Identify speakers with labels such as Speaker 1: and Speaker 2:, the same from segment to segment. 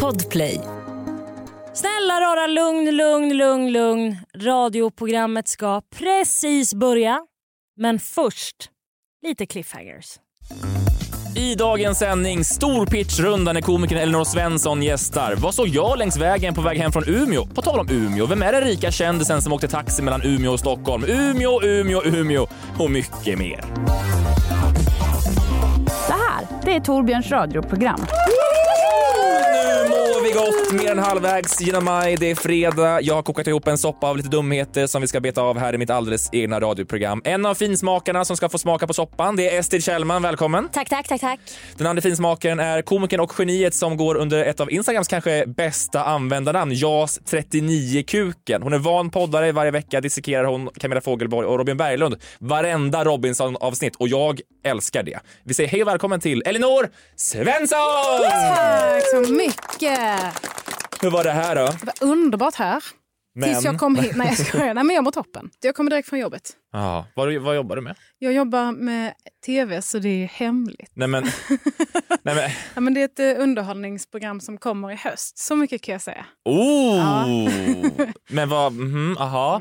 Speaker 1: Podplay. Snälla rara, lugn, lugn, lugn, lugn. Radioprogrammet ska precis börja. Men först, lite cliffhangers.
Speaker 2: I dagens sändning, stor pitchrunda när komikern Elinor Svensson gästar. Vad såg jag längs vägen på väg hem från Umeå? På tal om Umeå, vem är den rika kändisen som åkte taxi mellan Umeå och Stockholm? Umeå, Umeå, Umeå och mycket mer.
Speaker 3: Det här, det är Torbjörns radioprogram.
Speaker 2: Nu mår vi gott, mer än halvvägs genom maj. Det är fredag. Jag har kokat ihop en soppa av lite dumheter som vi ska beta av här i mitt alldeles egna radioprogram. En av finsmakarna som ska få smaka på soppan, det är Estrid Kjellman. Välkommen!
Speaker 1: Tack, tack, tack, tack.
Speaker 2: Den andra finsmakaren är komikern och geniet som går under ett av Instagrams kanske bästa användarnamn, JAS39kuken. Hon är van poddare. Varje vecka dissekerar hon Camilla Fogelborg och Robin Berglund varenda Robinson-avsnitt och jag älskar det. Vi säger hej och välkommen till Elinor Svensson!
Speaker 4: Tack så mycket.
Speaker 2: Hur var det här då?
Speaker 4: Det var underbart här. Tills jag kom hit. Nej, jag skojar. Nej, men jag mår toppen. Jag kommer direkt från jobbet.
Speaker 2: Ja, vad, vad jobbar du med?
Speaker 4: Jag jobbar med tv, så det är hemligt.
Speaker 2: Nej men, nej men,
Speaker 4: Ja, men det är ett eh, underhållningsprogram som kommer i höst. Så mycket kan jag säga.
Speaker 2: oh!
Speaker 4: Ja. Mm.
Speaker 2: men vad, mhm, aha.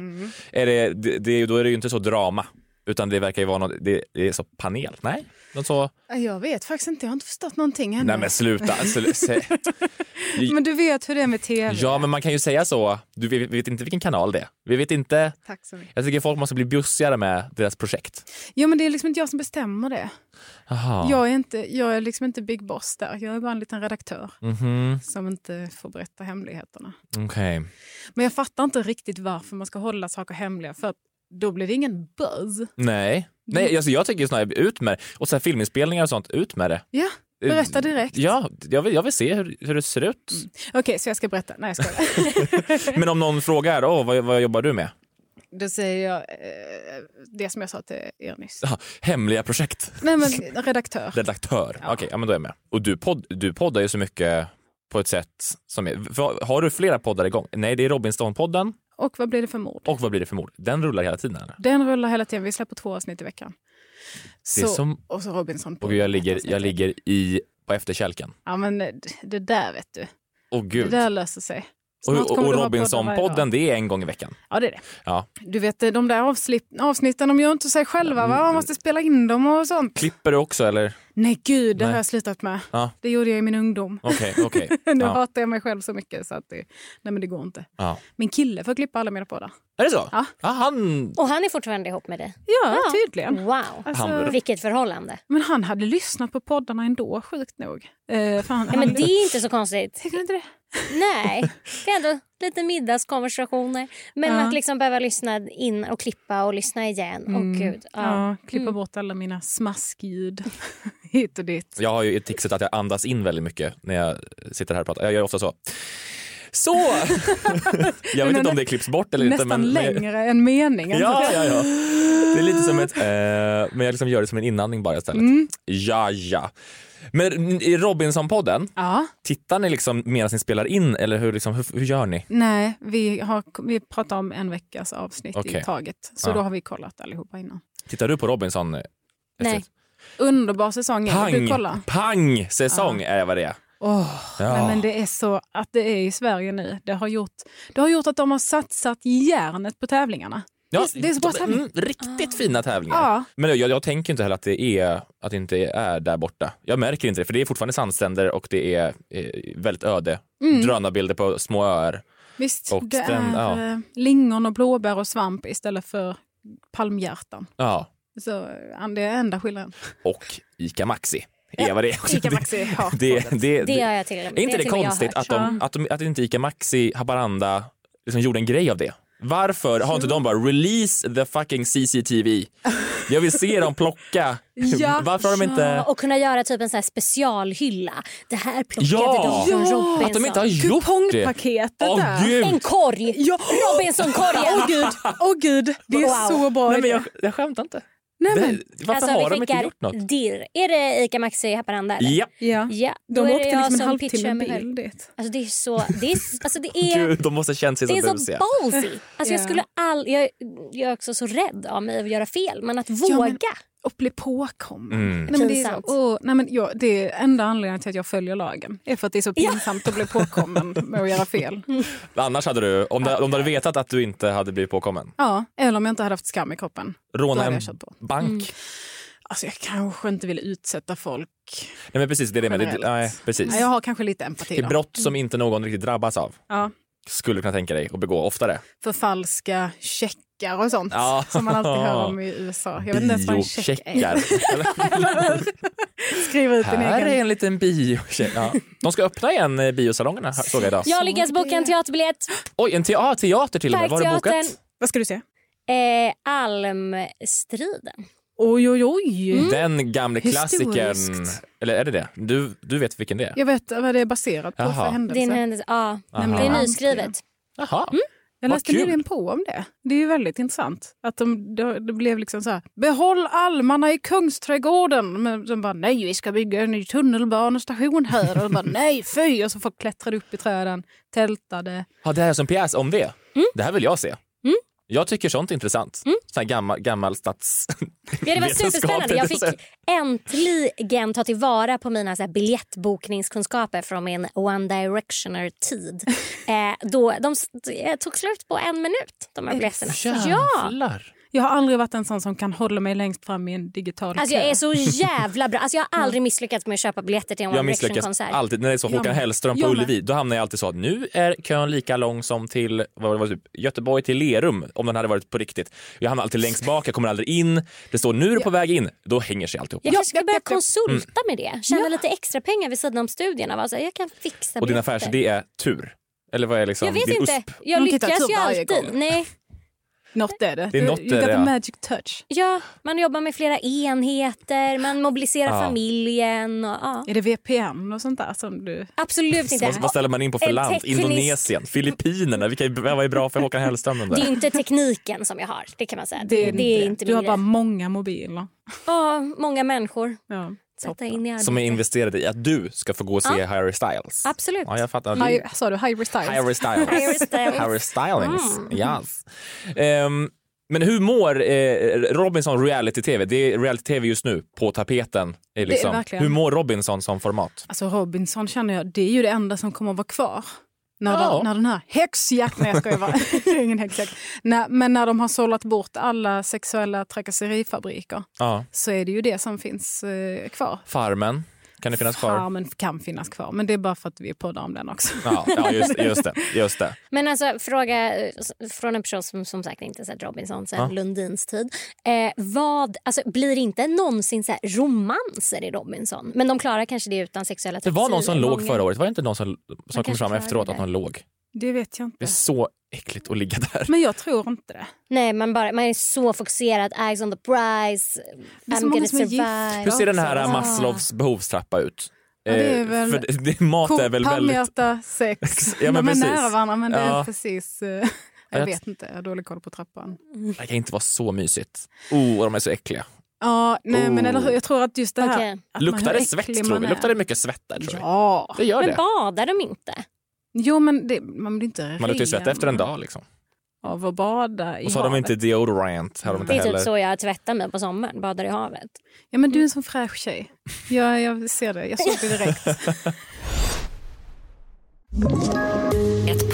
Speaker 2: Är det, det, det, då är det ju inte så drama, utan det verkar ju vara något, det, det är så panel, nej? Något så,
Speaker 4: Jag vet faktiskt inte. Jag har inte förstått någonting ännu.
Speaker 2: nej men sluta. sl- se-
Speaker 4: Men du vet hur det är med tv.
Speaker 2: ja men man kan ju säga så, du, vi, vi vet inte vilken kanal det är. Vi vet inte,
Speaker 4: Tack så mycket.
Speaker 2: jag tycker folk måste bli bjussigare med deras projekt.
Speaker 4: Ja, men det är liksom inte jag som bestämmer det.
Speaker 2: Aha.
Speaker 4: Jag, är inte, jag är liksom inte big boss där. Jag är bara en liten redaktör
Speaker 2: Mhm,
Speaker 4: som inte får berätta hemligheterna.
Speaker 2: okej.
Speaker 4: Men jag fattar inte riktigt varför man ska hålla saker hemliga. För att då blir det ingen buzz.
Speaker 2: Eh, Nej.
Speaker 4: Mm.
Speaker 2: Nej, alltså jag tycker snarare ut med det. Och så här filminspelningar och sånt, ut med det.
Speaker 4: Ja, berätta direkt.
Speaker 2: Ja, jag vill, jag vill se hur, hur det ser ut.
Speaker 4: Okej, så jag ska berätta. Nej, jag skojar. Mm.
Speaker 2: Men om någon frågar Åh, vad, vad jobbar du med?
Speaker 4: Då säger jag eh, det som jag sa till er nyss.
Speaker 2: Ah, hemliga projekt.
Speaker 4: Nej, men redaktör.
Speaker 2: Redaktör. Okej, ja, men då är jag med. Och du, podd, du poddar ju så mycket på ett sätt som är... för- Har du flera poddar igång? Nej, det är Robinson-podden
Speaker 4: Och vad blir det för mord?
Speaker 2: och Vad blir det för mord? Den rullar hela tiden. Eller?
Speaker 4: Den rullar hela tiden. Vi släpper två avsnitt i veckan.
Speaker 2: Det är som-
Speaker 4: Och så Robinson. på
Speaker 2: Och jag
Speaker 4: ett
Speaker 2: ligger,
Speaker 4: avsnitt.
Speaker 2: jag ligger i, på efterkälken.
Speaker 4: Ja, men eh, d- det där vet du.
Speaker 2: Åh
Speaker 4: Det
Speaker 2: gud.
Speaker 4: där löser sig.
Speaker 2: Och,
Speaker 4: Snart
Speaker 2: och, och
Speaker 4: kommer det vara poddar varje dag.
Speaker 2: Robinson-podden, det är en gång i veckan.
Speaker 4: Ja, det är det.
Speaker 2: Ja.
Speaker 4: Du vet, eh, de där avslipp- avsnitten, de gör inte sig själva.
Speaker 2: Mm.
Speaker 4: Va? Man måste spela in dem och sånt.
Speaker 2: Klipper du också eller?
Speaker 4: Nej, gud, det
Speaker 2: Nej.
Speaker 4: har jag slutat med.
Speaker 2: Ja.
Speaker 4: Det gjorde jag i min ungdom.
Speaker 2: Okej, okej.
Speaker 4: nu
Speaker 2: Ja.
Speaker 4: hatar jag mig själv så mycket så att det, nej, men det går inte.
Speaker 2: Ja.
Speaker 4: Min kille får klippa alla mina poddar.
Speaker 2: Är det så?
Speaker 4: Ja.
Speaker 2: han...
Speaker 5: Och han är fortfarande ihop med dig?
Speaker 4: Ja, tydligen.
Speaker 5: Wow.
Speaker 4: Alltså,
Speaker 5: Vilket förhållande.
Speaker 4: men han hade lyssnat på poddarna ändå, sjukt nog. Eh, för han,
Speaker 5: Nej, men
Speaker 4: han,
Speaker 5: det är inte så konstigt.
Speaker 4: Tycker du inte det?
Speaker 5: Nej, det är ändå lite middagskonversationer. Men
Speaker 4: Ja.
Speaker 5: att liksom behöva lyssna in och klippa och lyssna igen. Åh
Speaker 2: Mm.
Speaker 5: gud. Ja.
Speaker 4: Ja, Mm. klippa bort alla mina smaskljud hit och dit.
Speaker 2: Jag har ju ett tixet att jag andas in väldigt mycket när jag sitter här och pratar. Jag gör ofta så. Så! jag vet inte om det klipps bort eller inte.
Speaker 4: Nästan
Speaker 2: Men, men,
Speaker 4: längre än meningen.
Speaker 2: ja, ja, ja. Det är lite som ett... Eh, men jag liksom gör det som en inandning bara istället.
Speaker 4: Mm.
Speaker 2: Ja, ja. Men i Robinson-podden,
Speaker 4: Ja,
Speaker 2: tittar ni liksom medan ni spelar in eller hur, liksom, hur, hur gör ni?
Speaker 4: nej, vi, har, vi pratar om en veckas avsnitt
Speaker 2: Okej.
Speaker 4: i taget. Så
Speaker 2: Ja.
Speaker 4: då har vi kollat allihopa innan.
Speaker 2: Tittar du på Robinson? eh,
Speaker 5: Nej.
Speaker 2: efter-
Speaker 4: Underbar säsong, är det. du
Speaker 2: Pang!
Speaker 4: kollar.
Speaker 2: Pang säsong är vad det är.
Speaker 4: Åh,
Speaker 2: Ja.
Speaker 4: Nej, men det är så att det är i Sverige nu. Det har gjort, det har gjort att de har satsat järnet på tävlingarna.
Speaker 2: Ja,
Speaker 4: Det- det är så Ah. bra
Speaker 2: de-
Speaker 4: tävling.
Speaker 2: mm, Riktigt fina tävlingar.
Speaker 4: Ja.
Speaker 2: Men jag, jag tänker inte heller att det, är, att det inte är där borta. Jag märker inte det, för det är fortfarande sandstränder och det är eh, väldigt öde. Drönarbilder på små öar.
Speaker 4: Visst,
Speaker 2: Och
Speaker 4: det
Speaker 2: den-
Speaker 4: är
Speaker 2: ja.
Speaker 4: eh, lingon och blåbär och svamp istället för palmhjärtan.
Speaker 2: Ja.
Speaker 4: Så eh, det är enda skillnaden.
Speaker 2: Och Ica Maxi. Är vad det är.
Speaker 4: Ica Maxi har
Speaker 2: det, det, det,
Speaker 5: Det har jag till
Speaker 2: Är inte det,
Speaker 5: till och med jag
Speaker 2: konstigt
Speaker 5: hört.
Speaker 2: att, de, att, de, att inte Ica Maxi, Haparanda, liksom gjorde en grej av det? Varför har inte de bara release the fucking CCTV? Jag vill se dem plocka.
Speaker 4: Ja.
Speaker 2: Varför har de inte...
Speaker 5: Ja, och kunna göra typ en så här specialhylla. Det här plockade
Speaker 2: Ja!
Speaker 5: de från
Speaker 4: Ja,
Speaker 5: Robinson.
Speaker 2: Att de inte har gjort det.
Speaker 4: Kupongpaketet
Speaker 2: Åh
Speaker 4: där.
Speaker 2: gud!
Speaker 5: En korg!
Speaker 4: Ja.
Speaker 5: Robinsonkorgen!
Speaker 4: Åh gud, åh gud, det är
Speaker 5: Wow.
Speaker 4: så bra
Speaker 2: Nej, men
Speaker 4: idé.
Speaker 2: jag, jag skämtar inte.
Speaker 4: Nej, men, alltså,
Speaker 2: det, varför
Speaker 5: Alltså, vi
Speaker 2: har de inte
Speaker 5: skickar
Speaker 2: gjort något?
Speaker 5: Dirr. Är det Ica Maxi i Haparanda? eller?
Speaker 2: Ja.
Speaker 4: ja.
Speaker 5: ja.
Speaker 4: De
Speaker 5: Då är det
Speaker 4: åkte
Speaker 5: jag
Speaker 4: liksom en
Speaker 5: som pitchar
Speaker 4: halvtimme
Speaker 5: mig
Speaker 4: bil
Speaker 5: själv.
Speaker 4: dit.
Speaker 5: Alltså det är så... Det är, alltså det är,
Speaker 2: Gud, de måste ha känt sig
Speaker 5: det
Speaker 2: så
Speaker 5: är så
Speaker 2: busiga.
Speaker 5: ballsy. Alltså
Speaker 4: Ja.
Speaker 5: jag, skulle all, jag, jag är också så rädd av mig att göra fel, men att våga.
Speaker 4: att bli påkommen.
Speaker 2: Mm.
Speaker 4: Nej, men det, är så,
Speaker 5: Pinsamt.
Speaker 4: åh, nej, men jag, det är enda anledningen till att jag följer lagen är för att det är så pinsamt att bli påkommen med att göra fel.
Speaker 2: Annars hade du, om du, om du hade vetat att du inte hade blivit påkommen,
Speaker 4: Ja, eller om jag inte hade haft skam i kroppen. Då
Speaker 2: råna
Speaker 4: hade
Speaker 2: en
Speaker 4: jag kört på.
Speaker 2: bank.
Speaker 4: Alltså, jag kanske inte vill utsätta folk.
Speaker 2: Nej men precis, det är det med. Det,
Speaker 4: Generellt.
Speaker 2: nej, precis.
Speaker 4: Nej, jag har kanske lite empati.
Speaker 2: Till
Speaker 4: Då.
Speaker 2: brott som inte någon riktigt drabbas av
Speaker 4: Ja,
Speaker 2: skulle du kunna tänka dig att begå oftare.
Speaker 4: förfalska checkar och sånt
Speaker 2: Ja.
Speaker 4: som man alltid hör om i USA. Jag vet inte ens vad en check är.
Speaker 2: Biocheckar.
Speaker 4: Skriva ut din
Speaker 2: Här
Speaker 4: egen.
Speaker 2: är en liten biocheck. Ja. De ska öppna igen eh, biosalongerna här- såg jag idag.
Speaker 5: Jag lyckas boka en teaterbiljett.
Speaker 2: Oj, en te- ah, teater till och med. Var har du bokat?
Speaker 5: Parkteatern.
Speaker 4: Vad ska du se?
Speaker 5: Eh, Almstriden.
Speaker 4: Oj, oj, oj.
Speaker 2: Den gamle
Speaker 4: Mm. Historiskt.
Speaker 2: klassikern. Eller är det det? Du, du vet vilken det är?
Speaker 4: Jag vet vad det är baserat på
Speaker 2: Jaha.
Speaker 4: för händelse.
Speaker 5: Din händelse. Ja,
Speaker 2: Aha.
Speaker 5: det är nyskrivet.
Speaker 2: Jaha.
Speaker 4: Mm. Jag
Speaker 2: Vad
Speaker 4: läste
Speaker 2: kul.
Speaker 4: nyligen på om det. Det är ju väldigt intressant. Att de, det, det blev liksom så här, behåll almarna i Kungsträdgården. Men de bara, nej vi ska bygga en ny tunnelbanestation här. Och de bara, nej fy. Och så folk klättrade upp i träden, tältade.
Speaker 2: Ja, det här är som pjäs om det.
Speaker 5: Mm.
Speaker 2: Det här vill jag se. Jag tycker sånt är intressant. Sån här gammal, gammal stats...
Speaker 5: Ja, det var
Speaker 2: Vetenskap,
Speaker 5: superspännande. Jag
Speaker 2: tänkte jag
Speaker 5: fick äntligen ta tillvara på mina så här, biljettbokningskunskaper från min One Directioner-tid. eh, då, de s- eh, tog slut på en minut, de här biljetterna. Ja!
Speaker 2: Jävlar.
Speaker 4: Jag har aldrig varit en sån som kan hålla mig längst fram i en digital
Speaker 5: Alltså jag
Speaker 4: kö.
Speaker 5: är så jävla bra. Alltså jag har aldrig misslyckats med att köpa biljetter till en
Speaker 2: Jag
Speaker 5: One
Speaker 2: misslyckas
Speaker 5: Direction-konsert.
Speaker 2: alltid. När det är så Håkan
Speaker 4: med.
Speaker 2: Hellström på
Speaker 4: Jag med.
Speaker 2: Ullevi, då hamnar jag alltid så att nu är kön lika lång som till vad var det, typ, Göteborg till Lerum om den hade varit på riktigt. Jag hamnar alltid längst bak, jag kommer aldrig in. Det står nu är du på väg in, då hänger sig alltihop.
Speaker 5: Jag kanske ska
Speaker 4: jag-
Speaker 5: börja
Speaker 4: jag- jag-
Speaker 5: konsulta
Speaker 2: Mm.
Speaker 5: med det. Tjäna lite extra pengar vid sidan om studierna. Va? Så jag kan fixa
Speaker 2: Och din
Speaker 5: biljetter.
Speaker 2: affärsidé är tur. Eller vad är liksom
Speaker 5: Jag vet
Speaker 2: din
Speaker 5: inte.
Speaker 2: USP?
Speaker 5: Jag
Speaker 4: De tittar
Speaker 5: lyckas
Speaker 4: tur
Speaker 5: ju
Speaker 4: varje
Speaker 5: alltid.
Speaker 4: gång.
Speaker 5: Nej.
Speaker 4: Något är det.
Speaker 2: Det är
Speaker 4: Du-
Speaker 2: något
Speaker 4: you
Speaker 2: är
Speaker 4: got
Speaker 2: det,
Speaker 4: the
Speaker 2: ja.
Speaker 4: magic touch.
Speaker 5: Ja, man jobbar med flera enheter, man mobiliserar
Speaker 2: Ja.
Speaker 5: familjen. Och, ja.
Speaker 4: Är det VPN och sånt där som du...
Speaker 5: Absolut inte.
Speaker 2: Vad, vad ställer man in på för
Speaker 5: En
Speaker 2: land?
Speaker 5: teknisk-
Speaker 2: Indonesien, Filippinerna? Vilka är, vad är bra för Håkan Hellström? Den
Speaker 5: Det
Speaker 2: där?
Speaker 5: är inte tekniken som jag har. Det kan man säga. Det, det är inte
Speaker 4: Du
Speaker 5: min
Speaker 4: har bara
Speaker 5: grej.
Speaker 4: många mobiler.
Speaker 5: Ja, många människor.
Speaker 4: Ja.
Speaker 5: Sätta in i arbetet.
Speaker 2: Som är investerade i att du ska få gå och se Harry Styles.
Speaker 5: Absolut.
Speaker 2: Ja, jag fattar. Du-
Speaker 4: Hi, sa du hybrid styles?
Speaker 2: Harry Styles.
Speaker 5: Harry Styles.
Speaker 2: Harry Stylings. Yes. Ehm, men hur mår eh, Robinson reality-tv? Det är reality-tv just nu på tapeten. Är liksom.
Speaker 4: verkligen.
Speaker 2: hur mår Robinson som format?
Speaker 4: Alltså Robinson känner jag, det är ju det enda som kommer att vara kvar. När,
Speaker 2: Ja.
Speaker 4: de, när den här häxjakt, nej jag skojar bara, det är ingen häxjakt. Nej, men när de har sållat bort alla sexuella trakasserifabriker
Speaker 2: Ja.
Speaker 4: så är det ju det som finns eh, kvar.
Speaker 2: Farmen, kan det finnas kvar?
Speaker 4: Farmen kan finnas kvar, men det är bara för att vi poddar om den också.
Speaker 2: Ja, ja just, just det. Just det.
Speaker 5: Men alltså, fråga eh, s- från en person som som sagt inte sett Robinson sen
Speaker 2: Ja.
Speaker 5: Lundins tid. Eh, vad, alltså, blir det inte någonsin så här romanser i Robinson? Men de klarar kanske det utan sexuella
Speaker 2: Det var någon som
Speaker 5: trakasserier.
Speaker 2: låg förra året. Var det inte någon som, som
Speaker 5: kanske
Speaker 2: kom fram
Speaker 5: klarade
Speaker 2: efteråt
Speaker 5: det.
Speaker 2: att någon låg?
Speaker 4: Det vet jag
Speaker 2: Det
Speaker 4: inte.
Speaker 2: är så äckligt att ligga där.
Speaker 4: Men jag tror inte det.
Speaker 5: Nej, man, bara, man är så fokuserad. Eyes on the prize.
Speaker 4: Det är så
Speaker 5: I'm
Speaker 4: många
Speaker 5: gonna
Speaker 4: som är
Speaker 5: survive.
Speaker 2: Hur
Speaker 4: gifta.
Speaker 2: ser den här
Speaker 4: Ah.
Speaker 2: Maslows behovstrappa ut?
Speaker 4: Ja, det är
Speaker 2: Eh,
Speaker 4: väl-
Speaker 2: För det, det, mat är väl väldigt...
Speaker 4: Palmjärta, sex.
Speaker 2: Ja, men
Speaker 4: de är
Speaker 2: precis.
Speaker 4: nära varandra, men det
Speaker 2: Ja.
Speaker 4: är precis... eh,
Speaker 2: Jag-
Speaker 4: Jag vet inte, jag har dålig koll på trappan.
Speaker 2: Det kan inte vara så mysigt. Oh, och de är så äckliga.
Speaker 4: Ja, nej, men
Speaker 2: Oh.
Speaker 4: eller hur? jag tror att just det här...
Speaker 5: Okej.
Speaker 4: att man-
Speaker 2: Luktar
Speaker 4: hur
Speaker 2: det svett
Speaker 4: äcklig
Speaker 2: tror
Speaker 4: man
Speaker 2: vi?
Speaker 4: är.
Speaker 2: Luktar det mycket svett där? Tror vi?
Speaker 4: Ja.
Speaker 2: Det gör
Speaker 5: Men
Speaker 2: det.
Speaker 5: badar de inte?
Speaker 4: Jo, men det, man blir inte
Speaker 2: Man luktar ju svett
Speaker 4: ren
Speaker 2: efter en dag. Liksom.
Speaker 4: Av att bada i
Speaker 2: Och så har de
Speaker 4: havet.
Speaker 2: inte deodorant. Har de inte
Speaker 5: Det är
Speaker 2: heller.
Speaker 5: typ så jag tvättar mig på sommaren. Badar i havet.
Speaker 4: Ja, men du är en sån fräsch tjej. Ja, jag ser det. Jag såg det direkt.
Speaker 6: Ett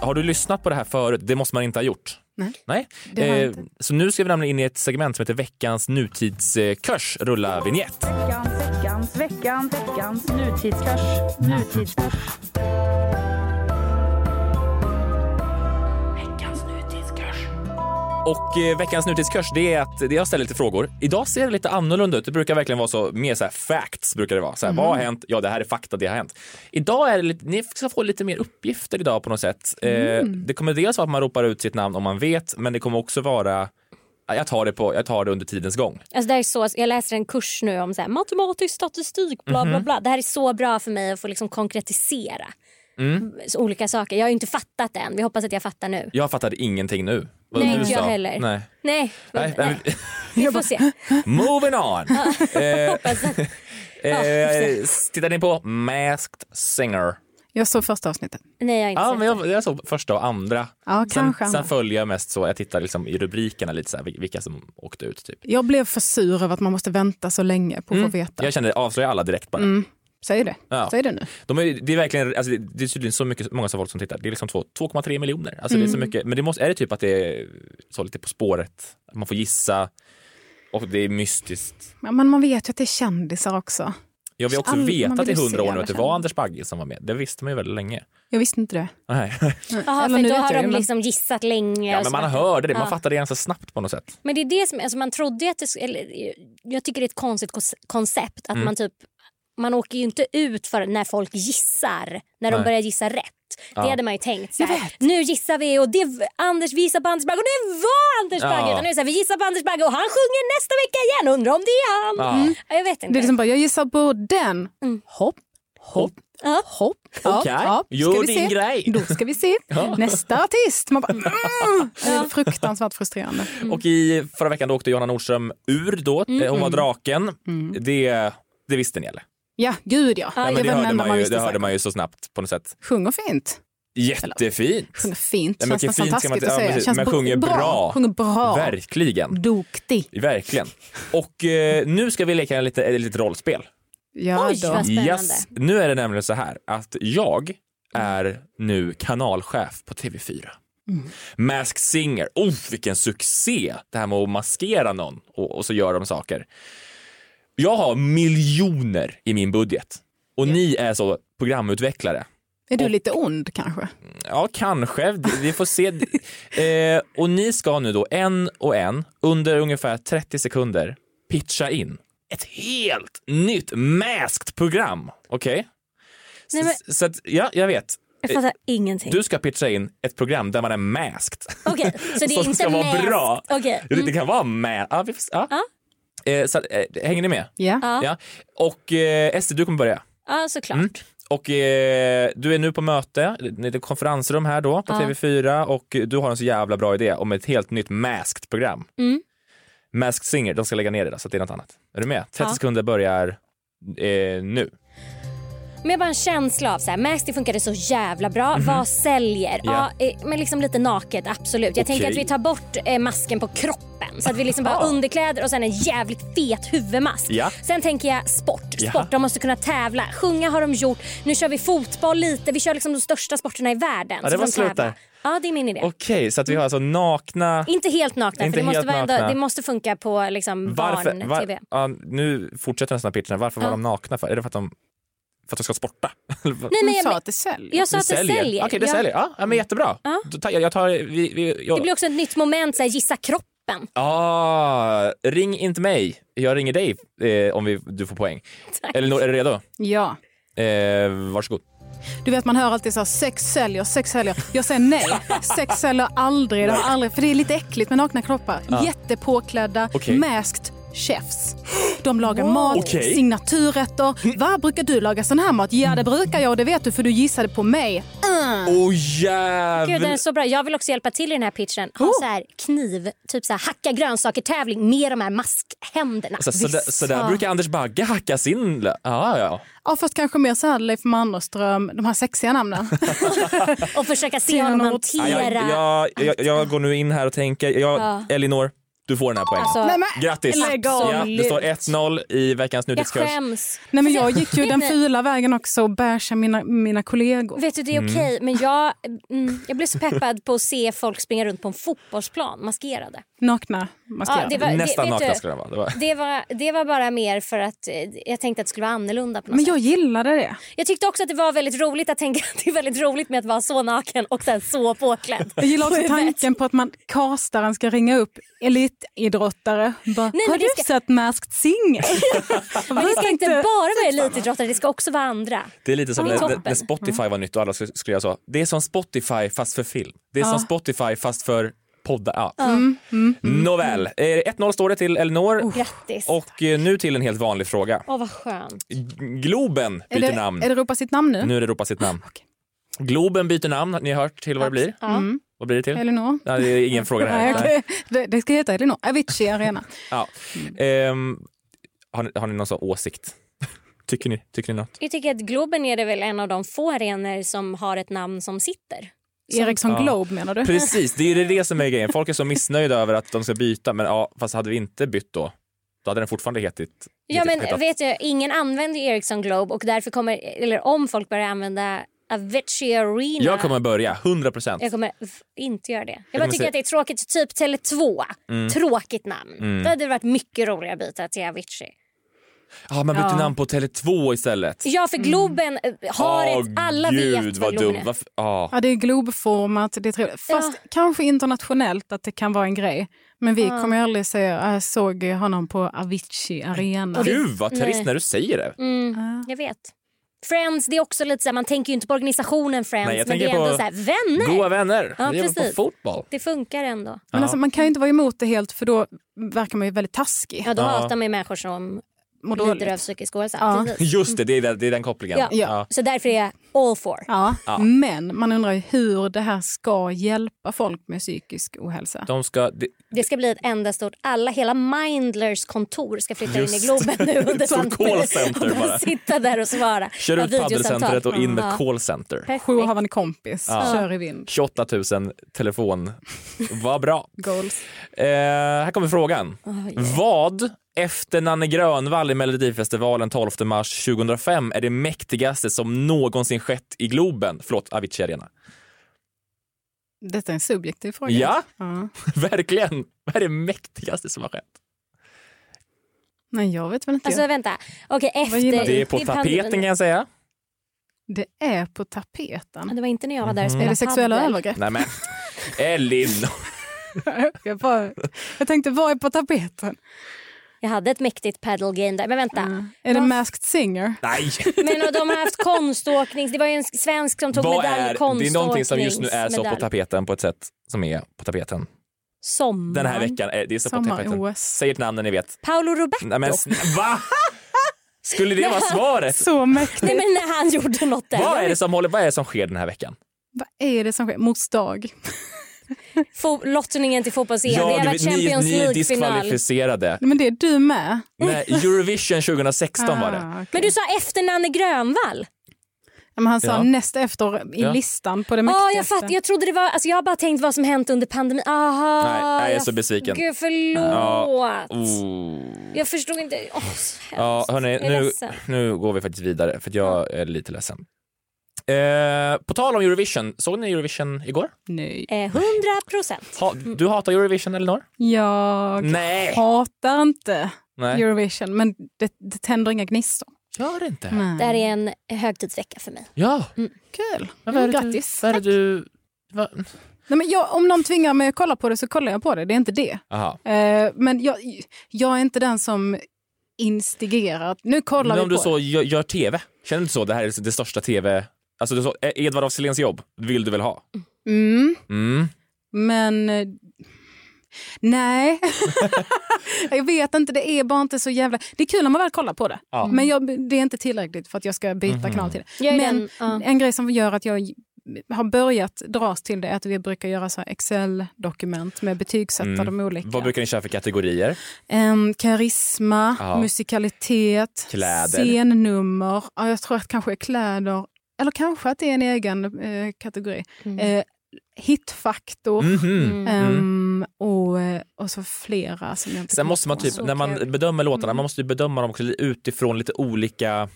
Speaker 2: Har du lyssnat på det här förut? Det måste man inte ha gjort.
Speaker 4: Nej.
Speaker 2: Nej. Eh,
Speaker 4: Det har jag inte.
Speaker 2: så nu ska vi ramla in i ett segment som heter veckans nutidskurs. Rulla vignett.
Speaker 3: Veckans, veckans, veckans, veckans nutidskurs. Nutidskurs.
Speaker 2: Och eh, veckans nutidskurs det är att det jag ställer lite frågor. Idag ser det lite annorlunda ut. Det brukar verkligen vara så mer så här facts brukar det vara. Så här, Vad har
Speaker 5: Mhm.
Speaker 2: hänt? Ja, det här är fakta. Det har hänt. Idag är det lite, ni ska få lite mer uppgifter
Speaker 5: Mm.
Speaker 2: idag på något sätt. Eh, det kommer dels vara att man ropar ut sitt namn om man vet, men det kommer också vara Jag tar det, på, jag tar det under tidens gång.
Speaker 5: Alltså det här är så, jag läser en kurs nu om så här, matematisk statistik. Bla,
Speaker 4: Mhm.
Speaker 5: bla, bla. Det här är så bra för mig att få liksom konkretisera
Speaker 4: Mm.
Speaker 5: så olika saker. Jag har ju inte fattat det än. Vi hoppas att jag fattar nu.
Speaker 2: Jag fattade ingenting nu. Vad
Speaker 5: Nej,
Speaker 2: du
Speaker 5: inte jag
Speaker 2: sa.
Speaker 5: heller.
Speaker 2: Nej.
Speaker 5: Nej,
Speaker 2: Nej,
Speaker 5: nej.
Speaker 2: nej.
Speaker 5: vi får se.
Speaker 2: Moving on! eh,
Speaker 5: Hoppas att,
Speaker 2: eh, tittar ni på Masked Singer?
Speaker 4: Jag såg första avsnittet.
Speaker 5: nej, jag har inte
Speaker 2: Ja,
Speaker 5: sett
Speaker 2: men jag, jag såg första och andra.
Speaker 4: Ja,
Speaker 2: Sen,
Speaker 4: kanske.
Speaker 2: sen följer jag mest så, jag tittar liksom i rubrikerna lite så här, vil- vilka som åkte ut typ. Mm.
Speaker 4: Jag blev för sur över att man måste vänta så länge på att få veta. Mm.
Speaker 2: Jag kände, avslöja alla direkt bara.
Speaker 4: Säg det.
Speaker 2: Ja.
Speaker 4: Säg det nu.
Speaker 2: De är, det är verkligen, alltså, det- det är tydligen så mycket, många som folk som tittar. Det är liksom två- 2,3 miljoner. Alltså, det är så
Speaker 4: Mm.
Speaker 2: mycket, men det måste, är det typ att det är så lite På spåret, att man får gissa och det är mystiskt.
Speaker 4: Ja, men man vet ju att det är kändisar också.
Speaker 2: Jag vill också
Speaker 4: All- man
Speaker 2: vetat
Speaker 4: vill
Speaker 2: i
Speaker 4: ju
Speaker 2: hundra
Speaker 4: se
Speaker 2: år nu
Speaker 4: alla
Speaker 2: att det var
Speaker 4: kändisar.
Speaker 2: Anders Bagge som var med. Det visste man ju väldigt länge.
Speaker 4: Jag visste inte det.
Speaker 2: Nej.
Speaker 5: det. Jaha,
Speaker 4: Eller
Speaker 5: för
Speaker 4: nu
Speaker 5: då
Speaker 4: vet
Speaker 5: har
Speaker 4: jag
Speaker 5: de
Speaker 4: ju, men-
Speaker 5: liksom gissat länge.
Speaker 2: Ja,
Speaker 5: och
Speaker 2: men
Speaker 5: så
Speaker 2: man
Speaker 5: bara-
Speaker 2: hörde det, man
Speaker 5: Ja.
Speaker 2: fattade det ganska snabbt på något sätt.
Speaker 5: Men det är det som, alltså man trodde ju att det, sk- eller, jag tycker det är ett konstigt kos- koncept att
Speaker 2: Mm.
Speaker 5: man typ, man åker ju inte ut för när folk gissar, när de
Speaker 2: Nej.
Speaker 5: börjar gissa rätt. Det hade man ju tänkt. Så
Speaker 4: Jag
Speaker 5: här, nu gissar vi och det är Anders, vi gissar på Anders Bagge och det var Anders
Speaker 2: Ja.
Speaker 5: Bagge. Utan nu är det så här, vi gissar på Anders Bagge och han sjunger nästa vecka igen. Undrar om det är han.
Speaker 4: Mm.
Speaker 2: Ja.
Speaker 5: Ja, Jag vet inte.
Speaker 4: Det är liksom bara, jag gissar på den.
Speaker 5: Mm.
Speaker 4: Hopp, hopp,
Speaker 5: Ja.
Speaker 4: hopp. Ja,
Speaker 2: Okej.
Speaker 4: ja.
Speaker 2: Gör
Speaker 4: Ska vi
Speaker 2: din
Speaker 4: se.
Speaker 2: grej.
Speaker 4: Då ska vi se. Nästa artist. Man bara, mm. Det är fruktansvärt frustrerande.
Speaker 2: Och i förra veckan då åkte Jonna Nordström ur då.
Speaker 4: Mm,
Speaker 2: Eh, Hon var draken. Det, det visste ni eller?
Speaker 4: Ja, gud Mm. ja.
Speaker 2: Nej,
Speaker 4: det
Speaker 2: men det
Speaker 4: var den
Speaker 2: hörde,
Speaker 4: enda
Speaker 2: man
Speaker 4: man
Speaker 2: ju, det
Speaker 4: visste.
Speaker 2: hörde
Speaker 4: säkert.
Speaker 2: man ju så snabbt på något sätt.
Speaker 4: Sjunger fint.
Speaker 2: Jättefint!
Speaker 4: Sjunger fint.
Speaker 2: Nej, men
Speaker 4: Känns
Speaker 2: okej, fint
Speaker 4: nästan
Speaker 2: ska man
Speaker 4: taskigt
Speaker 2: inte-
Speaker 4: att
Speaker 2: ja,
Speaker 4: säga.
Speaker 2: precis.
Speaker 4: Känns
Speaker 2: Men
Speaker 4: bo-
Speaker 2: sjunger bra.
Speaker 4: Sjunger bra.
Speaker 2: Verkligen.
Speaker 4: Mm. Duktig.
Speaker 2: Verkligen. Och eh, nu ska vi leka lite, ett litet rollspel.
Speaker 4: Ja,
Speaker 5: Oj,
Speaker 4: då.
Speaker 5: vad spännande.
Speaker 2: Nu är det nämligen så här att jag är nu kanalchef på TV4.
Speaker 5: Mm.
Speaker 2: Masked Singer, oh, vilken succé! Det här med att maskera någon och, och så gör de saker. Jag har miljoner i min budget och ni är så programutvecklare.
Speaker 4: Är du lite ond kanske?
Speaker 2: Ja, kanske. Vi får se. eh, och ni ska nu då en och en under ungefär 30 sekunder pitcha in ett helt nytt maskt program. Okej?
Speaker 5: Nej, men-
Speaker 2: Så, så att, ja, jag vet.
Speaker 5: Jag fattar ingenting.
Speaker 2: Eh, Du ska pitcha in ett program där man är masked.
Speaker 5: Okej, så det är
Speaker 2: Som
Speaker 5: inte
Speaker 2: ska vara
Speaker 5: masked. Mm.
Speaker 2: bra.
Speaker 5: Okej.
Speaker 2: Det- Det kan vara med. Ja, vi får, se. ja. Eh, så, att, eh, hänger ni med?
Speaker 4: Ja.
Speaker 5: Ja.
Speaker 2: Ja. Och eh, Ester, du kommer börja.
Speaker 5: Ja, såklart.
Speaker 2: Mm. Och eh, du är nu på möte, ett konferensrum här då på TV4 och du har en så jävla bra idé om ett helt nytt masked program.
Speaker 5: Mm.
Speaker 2: Masked Singer, de ska lägga ner det där, så att det är något annat. Är du med? 30
Speaker 5: Ja.
Speaker 2: sekunder börjar eh, nu.
Speaker 5: Men jag har bara en känsla av så här, Max det funkade så jävla bra. Vad säljer?
Speaker 2: Mhm. Ja.
Speaker 5: Ja, eh, men liksom lite naket, absolut. Jag tänker att vi tar bort eh, masken på kroppen. Så att vi liksom bara
Speaker 2: Ah.
Speaker 5: underkläder och sen en jävligt fet huvudmask.
Speaker 2: Ja.
Speaker 5: Sen tänker jag sport.
Speaker 2: Jaha.
Speaker 5: Sport, de måste kunna tävla. Sjunga har de gjort. Nu kör vi fotboll lite. Vi kör liksom de största sporterna i världen.
Speaker 2: Ja, det
Speaker 5: så
Speaker 2: var
Speaker 5: får de
Speaker 2: slut
Speaker 5: tävla.
Speaker 2: där.
Speaker 5: Ja, det är min idé.
Speaker 2: Okej, så att vi har alltså nakna...
Speaker 5: inte helt nakna,
Speaker 2: Inte
Speaker 5: för Mm. det måste,
Speaker 2: helt
Speaker 5: vara ändå,
Speaker 2: nakna.
Speaker 5: det måste funka på liksom barn-tv.
Speaker 2: var, ja, nu fortsätter nästan pitchen. Varför var
Speaker 5: Ja.
Speaker 2: de nakna? För? Är det för att de, för att de ska sporta? Eller vad-
Speaker 5: Nej,
Speaker 4: Hon
Speaker 5: men
Speaker 4: sa
Speaker 5: jag,
Speaker 4: att det säljer.
Speaker 5: jag sa att det säljer.
Speaker 2: Okej, det
Speaker 5: Ja. Mm.
Speaker 2: säljer. Ja, ja, men jättebra.
Speaker 5: Ja.
Speaker 2: Då tar, jag, jag tar... Vi, vi, jag,
Speaker 5: Det blir också ett nytt moment, så här, gissa kroppen.
Speaker 2: Ah, ring inte mig. Jag ringer dig eh, om vi, du får poäng.
Speaker 5: Tack.
Speaker 2: Eller är du redo?
Speaker 4: Ja.
Speaker 2: Eh, varsågod.
Speaker 4: Du vet man hör alltid så här, sex säljer, sex säljer. Jag säger nej, sex säljer aldrig. De har aldrig för det är lite äckligt med nakna kroppar. Jättepåklädda,
Speaker 2: Okej.
Speaker 4: masked chefs. De lagar mat,
Speaker 2: Okej.
Speaker 4: signaturrätter. Va, brukar du laga sån här mat? Ja, det brukar jag och det vet du för du gissade på mig.
Speaker 2: Åh oh,
Speaker 5: Gud, den är
Speaker 2: jävlar!
Speaker 5: så bra. Jag vill också hjälpa till i den här pitchen. Ha så här kniv, typ så här hacka grönsaker-tävling med de här maskhänderna.
Speaker 2: Alltså, Så, så, där, så där brukar Anders Bagge hacka sin lö- ah, ja,
Speaker 4: Ja, fast kanske mer så här Leif Mannerström, de här sexiga namnen.
Speaker 5: Och försöka se honom
Speaker 2: ja. Jag,
Speaker 5: hantera.
Speaker 2: jag, jag, jag går nu in här och tänker. Jag, Elinor, du får den här poängen.
Speaker 5: Alltså,
Speaker 4: Nej, men,
Speaker 2: Grattis!
Speaker 4: Lägg av.
Speaker 2: Ja, det står 1-0 i veckans
Speaker 5: jag
Speaker 2: nutidscoach.
Speaker 5: skäms.
Speaker 4: nej, men
Speaker 5: Fast
Speaker 4: jag gick ju den
Speaker 5: Nej.
Speaker 4: fula vägen också och bärsa mina, mina kollegor.
Speaker 5: Vet du, det är okej, men jag, mm, jag blev så peppad på att se folk springa runt på en fotbollsplan maskerade.
Speaker 4: Nakna, maskerade.
Speaker 5: Ja, det var-
Speaker 2: Nästan
Speaker 5: vet
Speaker 2: nakna
Speaker 5: du-
Speaker 2: skulle den vara. Det var.
Speaker 5: Det var, det var bara mer för att eh, jag tänkte att det skulle vara annorlunda. På något
Speaker 4: Men
Speaker 5: sätt.
Speaker 4: jag gillade det.
Speaker 5: jag tyckte också att det var väldigt roligt att tänka att det är väldigt roligt med att vara så naken och sen så påklädd.
Speaker 4: Jag gillar också tanken på att man kastaren ska ringa upp elitidrottare. Bara,
Speaker 5: men
Speaker 4: har
Speaker 5: det
Speaker 4: du
Speaker 5: ska-
Speaker 4: sett Masked Singer?
Speaker 5: Men det ska inte bara vara elitidrottare, det ska också vara andra.
Speaker 2: Det är lite som
Speaker 5: Det är
Speaker 2: när,
Speaker 5: toppen.
Speaker 2: när Spotify var nytt och alla skulle skulle göra så. Det är som Spotify fast för film. Det är som Spotify fast för poddar. Ja.
Speaker 4: Mm,
Speaker 2: Nåväl, eh, 1-0 står det till Elinor.
Speaker 1: Oh,
Speaker 5: Grattis. Åh,
Speaker 2: Och eh, nu till en helt vanlig fråga.
Speaker 5: vad skönt.
Speaker 2: Globen
Speaker 4: Är
Speaker 2: byter
Speaker 4: det,
Speaker 2: namn.
Speaker 4: Är det ropa sitt namn nu?
Speaker 2: Nu är det ropat sitt namn. Globen byter namn, ni har hört till vad det blir.
Speaker 5: Ja.
Speaker 2: Vad blir det till?
Speaker 4: Elinor?
Speaker 2: Nej, det är ingen fråga det här.
Speaker 4: Mm. Nej, okej. det, det ska heta Elinor. Avicii Arena.
Speaker 2: Ja. Ehm, har, ni, har ni någon sån åsikt? Tycker ni, tycker ni något?
Speaker 5: Jag tycker att Globen är det väl en av de få arenor som har ett namn som sitter.
Speaker 4: Ericsson
Speaker 2: Ja.
Speaker 4: Globe menar du?
Speaker 2: Precis, det är ju det som är grejen. Folk är så missnöjda över att de ska byta, men ja, fast hade vi inte bytt då, då hade den fortfarande hetit...
Speaker 5: Ja,
Speaker 2: hetit-
Speaker 5: men vet du, ingen använder ju Ericsson Globe och därför kommer, eller om folk börjar använda Avicii Arena.
Speaker 2: jag kommer börja, 100 procent.
Speaker 5: jag kommer f- inte göra det. Jag
Speaker 2: kommer
Speaker 5: bara tycker
Speaker 2: se- Mm.
Speaker 5: att det är tråkigt. Typ Tele2. Tråkigt namn. Det hade varit mycket roligare att byta till Avicii.
Speaker 2: Ah, man bytte namn på Tele2 istället.
Speaker 5: Ja, för Globen eh, har
Speaker 2: Åh,
Speaker 5: ett... Alla
Speaker 2: gud,
Speaker 5: vet
Speaker 2: vad
Speaker 5: Globen
Speaker 2: dumt.
Speaker 5: är.
Speaker 2: Varför- ah.
Speaker 4: Ja, det är globformat. Det är trevligt. Fast kanske internationellt att det kan vara en grej. Men vi kommer ju aldrig säga jag såg honom på Avicii Arena.
Speaker 2: Gud vad trist
Speaker 5: Nej.
Speaker 2: när du säger det.
Speaker 5: Mm, jag vet. Friends, det är också lite så här, man tänker ju inte på organisationen Friends,
Speaker 2: Nej, jag
Speaker 5: men det är
Speaker 2: tänker
Speaker 5: ändå
Speaker 2: på
Speaker 5: så här, vänner.
Speaker 2: Goa vänner,
Speaker 5: Ja,
Speaker 2: vi jobbar på
Speaker 5: precis.
Speaker 2: fotboll.
Speaker 5: Det funkar ändå.
Speaker 4: Men alltså, man kan ju inte vara emot det helt för då verkar man ju väldigt taskig.
Speaker 5: Ja, då
Speaker 2: Ja.
Speaker 5: hatar man ju människor som
Speaker 4: Mår
Speaker 5: lider av
Speaker 4: dåligt.
Speaker 5: psykisk ohälsa.
Speaker 4: Ja.
Speaker 5: Precis.
Speaker 2: Just det, det är, den- det är den kopplingen.
Speaker 5: Ja.
Speaker 2: Ja.
Speaker 5: Så därför är jag all for.
Speaker 4: Ja, men man undrar ju hur det här ska hjälpa folk med psykisk ohälsa.
Speaker 2: De ska, det,
Speaker 5: Det ska bli ett enda stort... Alla, hela Mindlers kontor ska flytta in
Speaker 2: Just.
Speaker 5: i Globen nu. under
Speaker 2: Som
Speaker 5: pandemin.
Speaker 2: callcenter
Speaker 5: och
Speaker 2: bara.
Speaker 5: bara. sitta där och svara.
Speaker 2: kör
Speaker 5: Ja,
Speaker 2: ut
Speaker 5: videosamtal.
Speaker 2: paddelcentret och in med
Speaker 5: Ja.
Speaker 2: callcenter.
Speaker 5: Perfekt.
Speaker 4: Sju har en kompis, kör i vind.
Speaker 2: 28 000 telefon. Vad bra.
Speaker 4: Goals.
Speaker 2: Eh, här kommer frågan. Vad efter Nanne Grönvall i Melodifestivalen 12 mars 2005 är det mäktigaste som någonsin skett i Globen? Förlåt, Avicii Arena.
Speaker 4: Detta är en subjektiv fråga.
Speaker 2: Ja,
Speaker 4: Ja.
Speaker 2: verkligen. Vad är det mäktigaste som har skett?
Speaker 4: Nej, jag vet väl inte.
Speaker 5: Alltså vänta. Okej, efter...
Speaker 4: gillar du?
Speaker 2: Det är på
Speaker 5: i
Speaker 2: tapeten kan
Speaker 5: pandemin.
Speaker 2: jag säga.
Speaker 4: det är på tapeten.
Speaker 5: Det var inte när jag var där och spelade
Speaker 4: Mm. Är det sexuella
Speaker 5: paddel.
Speaker 4: övergrepp?
Speaker 2: Nej men, Eh, Elinor.
Speaker 4: Jag, bara, jag tänkte, vad är på tapeten?
Speaker 5: Jag hade ett mäktigt paddle game där. Men vänta.
Speaker 4: Är det
Speaker 5: Vad-
Speaker 4: Masked Singer?
Speaker 2: Nej!
Speaker 5: Men och de har haft konståkning. Det var ju en svensk som tog
Speaker 2: Vad
Speaker 5: medalj i
Speaker 2: är, det är
Speaker 5: konståkning.
Speaker 2: någonting som just nu är så på tapeten på ett sätt som är på tapeten.
Speaker 5: Sommar.
Speaker 2: Den här veckan, är det är så på tapeten.
Speaker 4: Sommar-OS.
Speaker 2: Säg ett namn när ni vet.
Speaker 5: Paolo Roberto.
Speaker 2: Nej men sn- va? Skulle det vara svaret?
Speaker 4: Så mäktigt.
Speaker 5: Nej men när han gjorde något där.
Speaker 2: Vad är, det som håller, vad är det som sker den här veckan?
Speaker 4: Vad är det som sker? Mors dag.
Speaker 5: Fo- lottningen till fotbolls-EM. det har varit
Speaker 2: ni,
Speaker 5: Champions
Speaker 2: ni är
Speaker 5: League-final.
Speaker 2: diskvalificerade.
Speaker 4: Men det är du med.
Speaker 2: Nej, Eurovision 2016 var det.
Speaker 4: Ah, okej.
Speaker 5: Men du sa efter Nanne Grönvall.
Speaker 4: Ja, Men han sa
Speaker 2: Ja.
Speaker 4: näst efter i
Speaker 2: Ja.
Speaker 4: listan på det
Speaker 5: Ja,
Speaker 4: mäktigaste.
Speaker 5: Ah, jag fattar. Jag trodde det var... Alltså jag har bara tänkt vad som hänt under pandemin. Aha.
Speaker 2: Nej, jag är
Speaker 5: Ah, jag-
Speaker 2: så besviken.
Speaker 5: Gud, förlåt.
Speaker 2: Oh.
Speaker 5: Jag förstod inte. Åh, så hemskt.
Speaker 2: Ja, hörni,
Speaker 5: jag är
Speaker 2: nu,
Speaker 5: ledsen.
Speaker 2: nu går vi faktiskt vidare för att jag är lite ledsen. Eh, på tal om Eurovision, såg ni Eurovision igår?
Speaker 4: Nej.
Speaker 5: Eh, 100 procent.
Speaker 2: Ha, du hatar Eurovision, Elinor?
Speaker 4: Jag
Speaker 2: Nej!
Speaker 4: hatar inte
Speaker 2: Nej,
Speaker 4: Eurovision, men det, det tänder inga gnistor.
Speaker 2: gör det inte.
Speaker 4: Nej.
Speaker 5: Det här är en högtidsvecka för mig.
Speaker 2: Ja,
Speaker 5: Mm,
Speaker 4: Kul.
Speaker 2: men vad är det du-
Speaker 4: Grattis.
Speaker 2: Vad är det du... vad-
Speaker 4: Nej, men jag, om någon tvingar mig att kolla på det så kollar jag på det. Det är inte det.
Speaker 2: Aha.
Speaker 4: Eh, men jag, jag är inte den som instigerar. Nu kollar
Speaker 2: Men
Speaker 4: vi
Speaker 2: om du
Speaker 4: på
Speaker 2: så gör, gör tv, känner du inte så? Det här är det största tv... Alltså, du så, Edvard af Silléns jobb vill du väl ha?
Speaker 4: det. Mm,
Speaker 2: Mm.
Speaker 4: men... eh, Nej. jag vet inte, det är bara inte så jävla... Det är kul när man väl kollar på det.
Speaker 2: Ja. Mhm.
Speaker 4: Men jag, det är inte tillräckligt för att jag ska byta kanal till det.
Speaker 5: Jag är
Speaker 4: Men
Speaker 5: den, ja.
Speaker 4: en grej som gör att jag har börjat dras till det är att vi brukar göra så här Excel-dokument med betygsätta
Speaker 2: Mm.
Speaker 4: de olika.
Speaker 2: Vad brukar ni köra för kategorier?
Speaker 4: Ehm, karisma,
Speaker 2: Ja.
Speaker 4: musikalitet,
Speaker 2: Kläder.
Speaker 4: scennummer. Ja, jag tror att kanske kläder, eller kanske att det är en egen eh, kategori.
Speaker 5: Mm.
Speaker 4: Eh, hitfaktor
Speaker 2: Mhm.
Speaker 4: ehm, och, eh, och så flera som jag inte
Speaker 2: Sen
Speaker 4: kommer
Speaker 2: måste man
Speaker 4: på.
Speaker 2: typ, när man bedömer låtarna,
Speaker 4: Mm.
Speaker 2: man måste ju bedöma dem också li- utifrån lite olika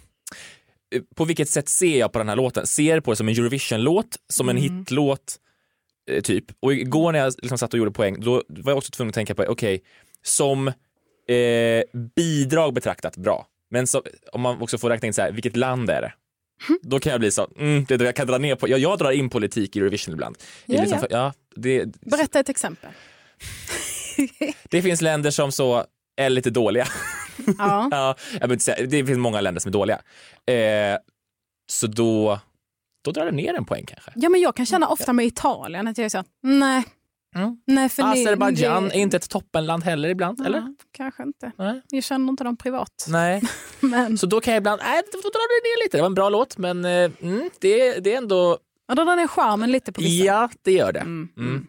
Speaker 2: eh, på vilket sätt ser jag på den här låten? Ser jag på det som en Eurovision-låt, som en
Speaker 4: Mm.
Speaker 2: hitlåt, eh, typ? Och igår när jag liksom satt och gjorde poäng, då var jag också tvungen att tänka på, okej, som eh, bidrag betraktat, bra. Men så, om man också får räkna in så här, vilket land är det? Då kan jag bli så, mm, det är det jag kan dra ner på. Jag, jag drar in politik i Eurovision ibland. Det, är
Speaker 4: Ja,
Speaker 2: liksom
Speaker 4: ja.
Speaker 2: För, ja, det,
Speaker 4: Berätta ett exempel.
Speaker 2: det finns länder som så är lite dåliga.
Speaker 4: Ja.
Speaker 2: Ja, jag vill inte säga, det finns många länder som är dåliga. Eh, så då, då drar det ner en poäng kanske.
Speaker 4: ja, men jag kan känna ofta med Italien att jag är så, nej, Nej, för ni-
Speaker 2: Mm. Azerbajdzjan
Speaker 4: ni-
Speaker 2: är inte ett toppenland heller ibland, eller?
Speaker 4: Ja, kanske inte.
Speaker 2: Nej.
Speaker 4: Jag känner inte dem privat.
Speaker 2: Nej.
Speaker 4: Men
Speaker 2: Så då kan jag ibland, nej, då drar det ner lite. Det var en bra låt, men eh, mm, det, det är ändå...
Speaker 4: ja, då drar ner charmen lite på vissa.
Speaker 2: Ja, det gör det.
Speaker 4: Mm.
Speaker 2: Mm.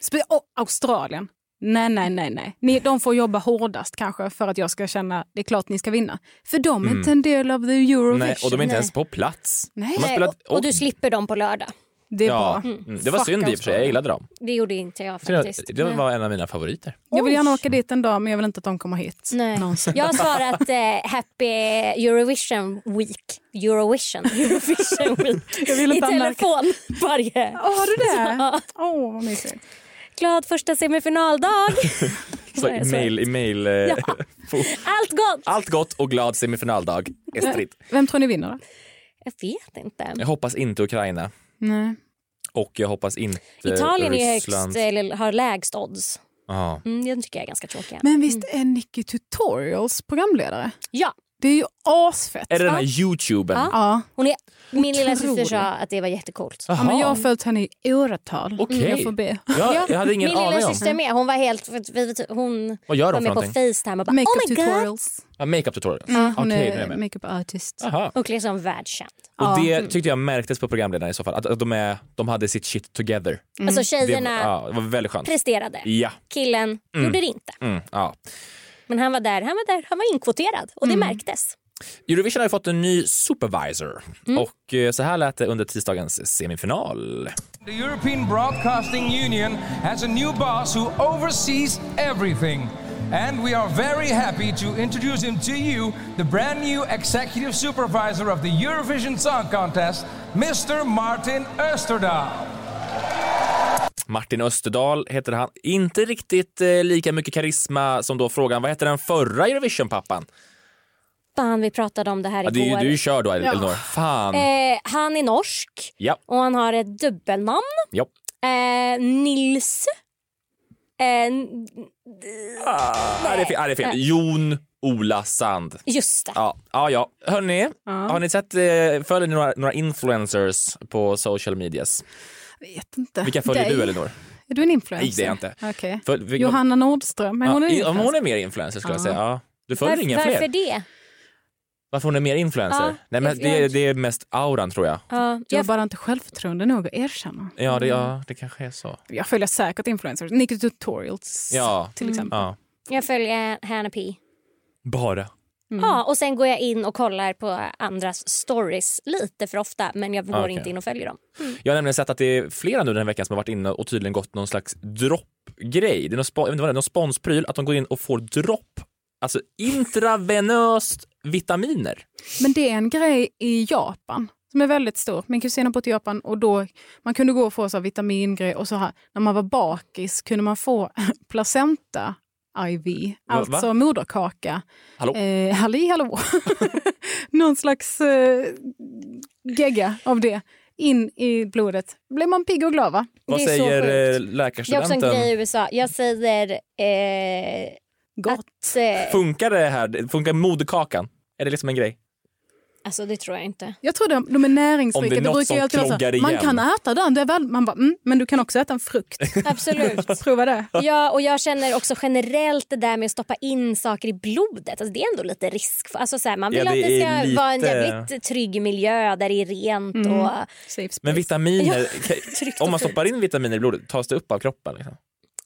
Speaker 4: Spe- och Australien. Nej, nej, nej. nej. Ni, de får jobba hårdast kanske för att jag ska känna det är klart ni ska vinna. För de är
Speaker 2: Mm.
Speaker 4: inte en del av the Eurovision.
Speaker 2: Nej, och de är inte ens på plats.
Speaker 4: Nej.
Speaker 2: De har
Speaker 5: Nej,
Speaker 2: spelat-
Speaker 5: och, och du slipper dem på lördag.
Speaker 4: Det är
Speaker 2: ja.
Speaker 4: bra.
Speaker 2: mm. Det var
Speaker 4: Fuck alltså.
Speaker 2: synd i och för sig, jag
Speaker 4: Australien.
Speaker 2: gillade dem.
Speaker 5: Det gjorde inte jag faktiskt.
Speaker 2: Det var en av mina favoriter.
Speaker 4: Jag vill gärna åka dit en dag men jag vill inte att de kommer hit.
Speaker 5: Nej.
Speaker 4: Någonsin.
Speaker 5: Jag har svarat eh, Happy Eurovision Week. Eurovision. Eurovision Week.
Speaker 4: Jag vill
Speaker 5: I
Speaker 4: inte anmärka.
Speaker 5: telefon varje.
Speaker 4: Åh, har du det?
Speaker 5: Ja.
Speaker 4: Åh, vad mysigt.
Speaker 5: Glad första semifinaldag.
Speaker 2: Så
Speaker 5: Nej,
Speaker 2: i
Speaker 5: så-
Speaker 2: mail, i mail. eh,
Speaker 5: Allt gott.
Speaker 2: Allt gott och glad semifinaldag, Estrid.
Speaker 4: Vem tror ni vinner då?
Speaker 5: Jag vet inte.
Speaker 2: Jag hoppas inte Ukraina
Speaker 4: Nej.
Speaker 2: och jag hoppas inte
Speaker 5: Italien är
Speaker 2: Ryssland.
Speaker 5: högst, eller har lägst odds.
Speaker 2: Ja.
Speaker 5: Mm, den tycker jag är ganska tråkig.
Speaker 4: Men visst är Nicky Tutorials programledare?
Speaker 5: Ja,
Speaker 4: Det är ju asfett.
Speaker 2: Är det den här youtubern?
Speaker 5: Ja.
Speaker 4: Ja.
Speaker 5: hon är, min lilla
Speaker 4: Otrolig.
Speaker 5: syster sa att det var jättecoolt.
Speaker 4: ja, men jag har följt henne i åratal.
Speaker 2: Okej.
Speaker 4: Jag får be.
Speaker 2: Ja, jag hade ingen
Speaker 5: min
Speaker 2: aning
Speaker 5: lilla
Speaker 2: om.
Speaker 5: syster med. Hon var helt... för- vi- vi- Hon
Speaker 2: Vad gör
Speaker 5: var
Speaker 2: de för
Speaker 5: med på
Speaker 2: någonting?
Speaker 5: Facetime och bara
Speaker 4: Makeup
Speaker 5: oh my god.
Speaker 4: tutorials.
Speaker 2: Ja, makeup tutorial.
Speaker 4: Mm, hon
Speaker 2: Okej, nu är jag
Speaker 4: är
Speaker 2: med.
Speaker 4: makeup artist.
Speaker 2: Aha.
Speaker 5: Och liksom världskänd.
Speaker 2: Och det tyckte jag märktes på programledarna i så fall, att, att de, är, de hade sitt shit together.
Speaker 5: Alltså
Speaker 2: Mm. Det,
Speaker 5: tjejerna
Speaker 2: ja, det var väldigt skönt.
Speaker 5: presterade.
Speaker 2: Ja,
Speaker 5: Killen gjorde det inte.
Speaker 2: mm, ja.
Speaker 5: Men han var där, han var där, han var inkvoterad och det
Speaker 2: Mm.
Speaker 5: märktes.
Speaker 2: Eurovision har ju fått en ny supervisor
Speaker 5: Mm.
Speaker 2: och eh, så här lät det under tisdagens semifinal.
Speaker 7: The European Broadcasting Union has a new boss who oversees everything. And we are very happy to introduce him to you, the brand new executive supervisor of the Eurovision Song Contest, Mr. Martin Österdahl.
Speaker 2: Martin Österdahl heter han. Inte riktigt eh, lika mycket karisma som då frågan, vad heter den förra Eurovision-pappan?
Speaker 5: Fan, vi pratade om det här
Speaker 2: Ja, det är
Speaker 5: igår.
Speaker 2: ju- du är ju körd då, El- Elinor. Fan.
Speaker 5: eh, han är norsk
Speaker 2: Ja,
Speaker 5: och han har ett dubbelnamn.
Speaker 2: ja.
Speaker 5: Eh, Nils. Eh, n-
Speaker 2: Ah, det är fel. Ah, det är fel. Jon Ola Sand.
Speaker 5: just det.
Speaker 2: Ja, ja. ja. Hörni, har ni sett, eh, följer ni några, några influencers på social medias?
Speaker 4: Jag vet inte.
Speaker 2: Vilka följer
Speaker 4: Dig.
Speaker 2: du Elinor?
Speaker 4: Är du en influencer?
Speaker 2: Nej, det är jag inte.
Speaker 4: Okej.
Speaker 2: Föl- vi-
Speaker 4: Johanna Nordström, men
Speaker 2: ja,
Speaker 4: hon är
Speaker 2: i- om
Speaker 4: influencer.
Speaker 2: hon är mer influencer skulle jag
Speaker 4: Ja.
Speaker 2: säga. Ja. Du följer
Speaker 5: Varför,
Speaker 2: inga
Speaker 5: varför
Speaker 2: fler?
Speaker 5: det?
Speaker 2: Varför hon är mer influencer?
Speaker 5: Ja,
Speaker 2: Nej, men det, är-
Speaker 5: influencer.
Speaker 2: det är mest auran tror jag.
Speaker 5: Ja,
Speaker 4: Du har
Speaker 5: jag,
Speaker 4: bara inte självförtroende nog att erkänna.
Speaker 2: Ja, det, ja, det kanske är så.
Speaker 4: Jag följer säkert influencers. Nicky Tutorials
Speaker 2: Ja.
Speaker 4: till exempel.
Speaker 2: Ja.
Speaker 5: jag följer Hanna P.
Speaker 2: Bara.
Speaker 5: Ja, och sen går jag in och kollar på andras stories lite för ofta men jag går
Speaker 2: Ah, Okej.
Speaker 5: inte in och följer dem.
Speaker 2: Jag har nämligen sett att det är flera nu den här veckan som har varit inne och tydligen gått någon slags droppgrej. Det är någon, spo- jag vet inte vad det är, någon sponspryl, att de går in och får dropp. Alltså intravenöst vitaminer.
Speaker 4: Men det är en grej i Japan som är väldigt stor. Min kusin har bott i Japan och då man kunde gå och få så här vitamingrej och så här. När man var bakis kunde man få placenta IV,
Speaker 2: Va-
Speaker 4: alltså
Speaker 2: va?
Speaker 4: moderkaka.
Speaker 2: Hallå?
Speaker 4: Eh, halli hallå! Någon slags eh, gegga av det in i blodet. Blir man pigg och glad va?
Speaker 2: Vad
Speaker 5: det är så
Speaker 2: säger eh,
Speaker 5: sjukt. Det är också en
Speaker 2: läkarstudenten?
Speaker 5: grej i USA. Jag säger... Eh,
Speaker 4: Gott.
Speaker 5: att, eh,
Speaker 2: Funkar det här? Funkar moderkakan? Är det liksom en grej?
Speaker 5: alltså det tror jag inte.
Speaker 4: Jag tror de, de är
Speaker 2: Om det
Speaker 4: näringsrika.
Speaker 2: är något
Speaker 4: brukar ju
Speaker 2: som
Speaker 4: alltid vara så här,
Speaker 2: kloggar
Speaker 4: man
Speaker 2: igen."
Speaker 4: kan äta den, det är väl, man bara, mm, men du kan också äta en frukt.
Speaker 5: Absolut.
Speaker 4: Prova det.
Speaker 5: Ja, och jag känner också generellt det där med att stoppa in saker i blodet. Alltså, det är ändå lite risk. För, alltså, så här, man
Speaker 2: Ja,
Speaker 5: vill att
Speaker 2: det
Speaker 5: det ska
Speaker 2: är lite-
Speaker 5: vara en jävligt trygg miljö där det är rent och
Speaker 4: Safe space.
Speaker 2: Men vitaminer,
Speaker 5: tryggt.
Speaker 2: om man
Speaker 5: och fint.
Speaker 2: stoppar in vitaminer i blodet, tas det upp av kroppen? Liksom?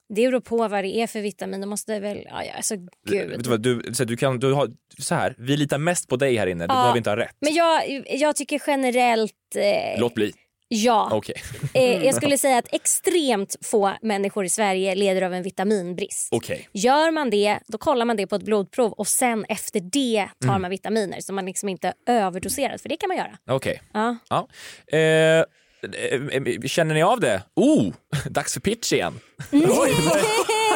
Speaker 5: Det beror på vad det är för vitamin. Det måste väl... Ja, ja, alltså,
Speaker 2: Vet
Speaker 5: gud.
Speaker 2: du, vad, du, så här, du kan, du har, så här, vi litar mest på dig här inne, du
Speaker 5: Ja.
Speaker 2: behöver inte ha rätt.
Speaker 5: Men jag, jag tycker generellt... Eh,
Speaker 2: Låt bli.
Speaker 5: ja.
Speaker 2: Okej.
Speaker 5: Eh, jag skulle säga att extremt få människor i Sverige lider av en vitaminbrist.
Speaker 2: Okej.
Speaker 5: Gör man det, då kollar man det på ett blodprov och sen efter det tar man vitaminer så man liksom inte överdoserar, för det kan man göra.
Speaker 2: Okej.
Speaker 5: Ja.
Speaker 2: Ja. Eh, eh, eh, känner ni av det? Oh, dags för pitch igen. Oj,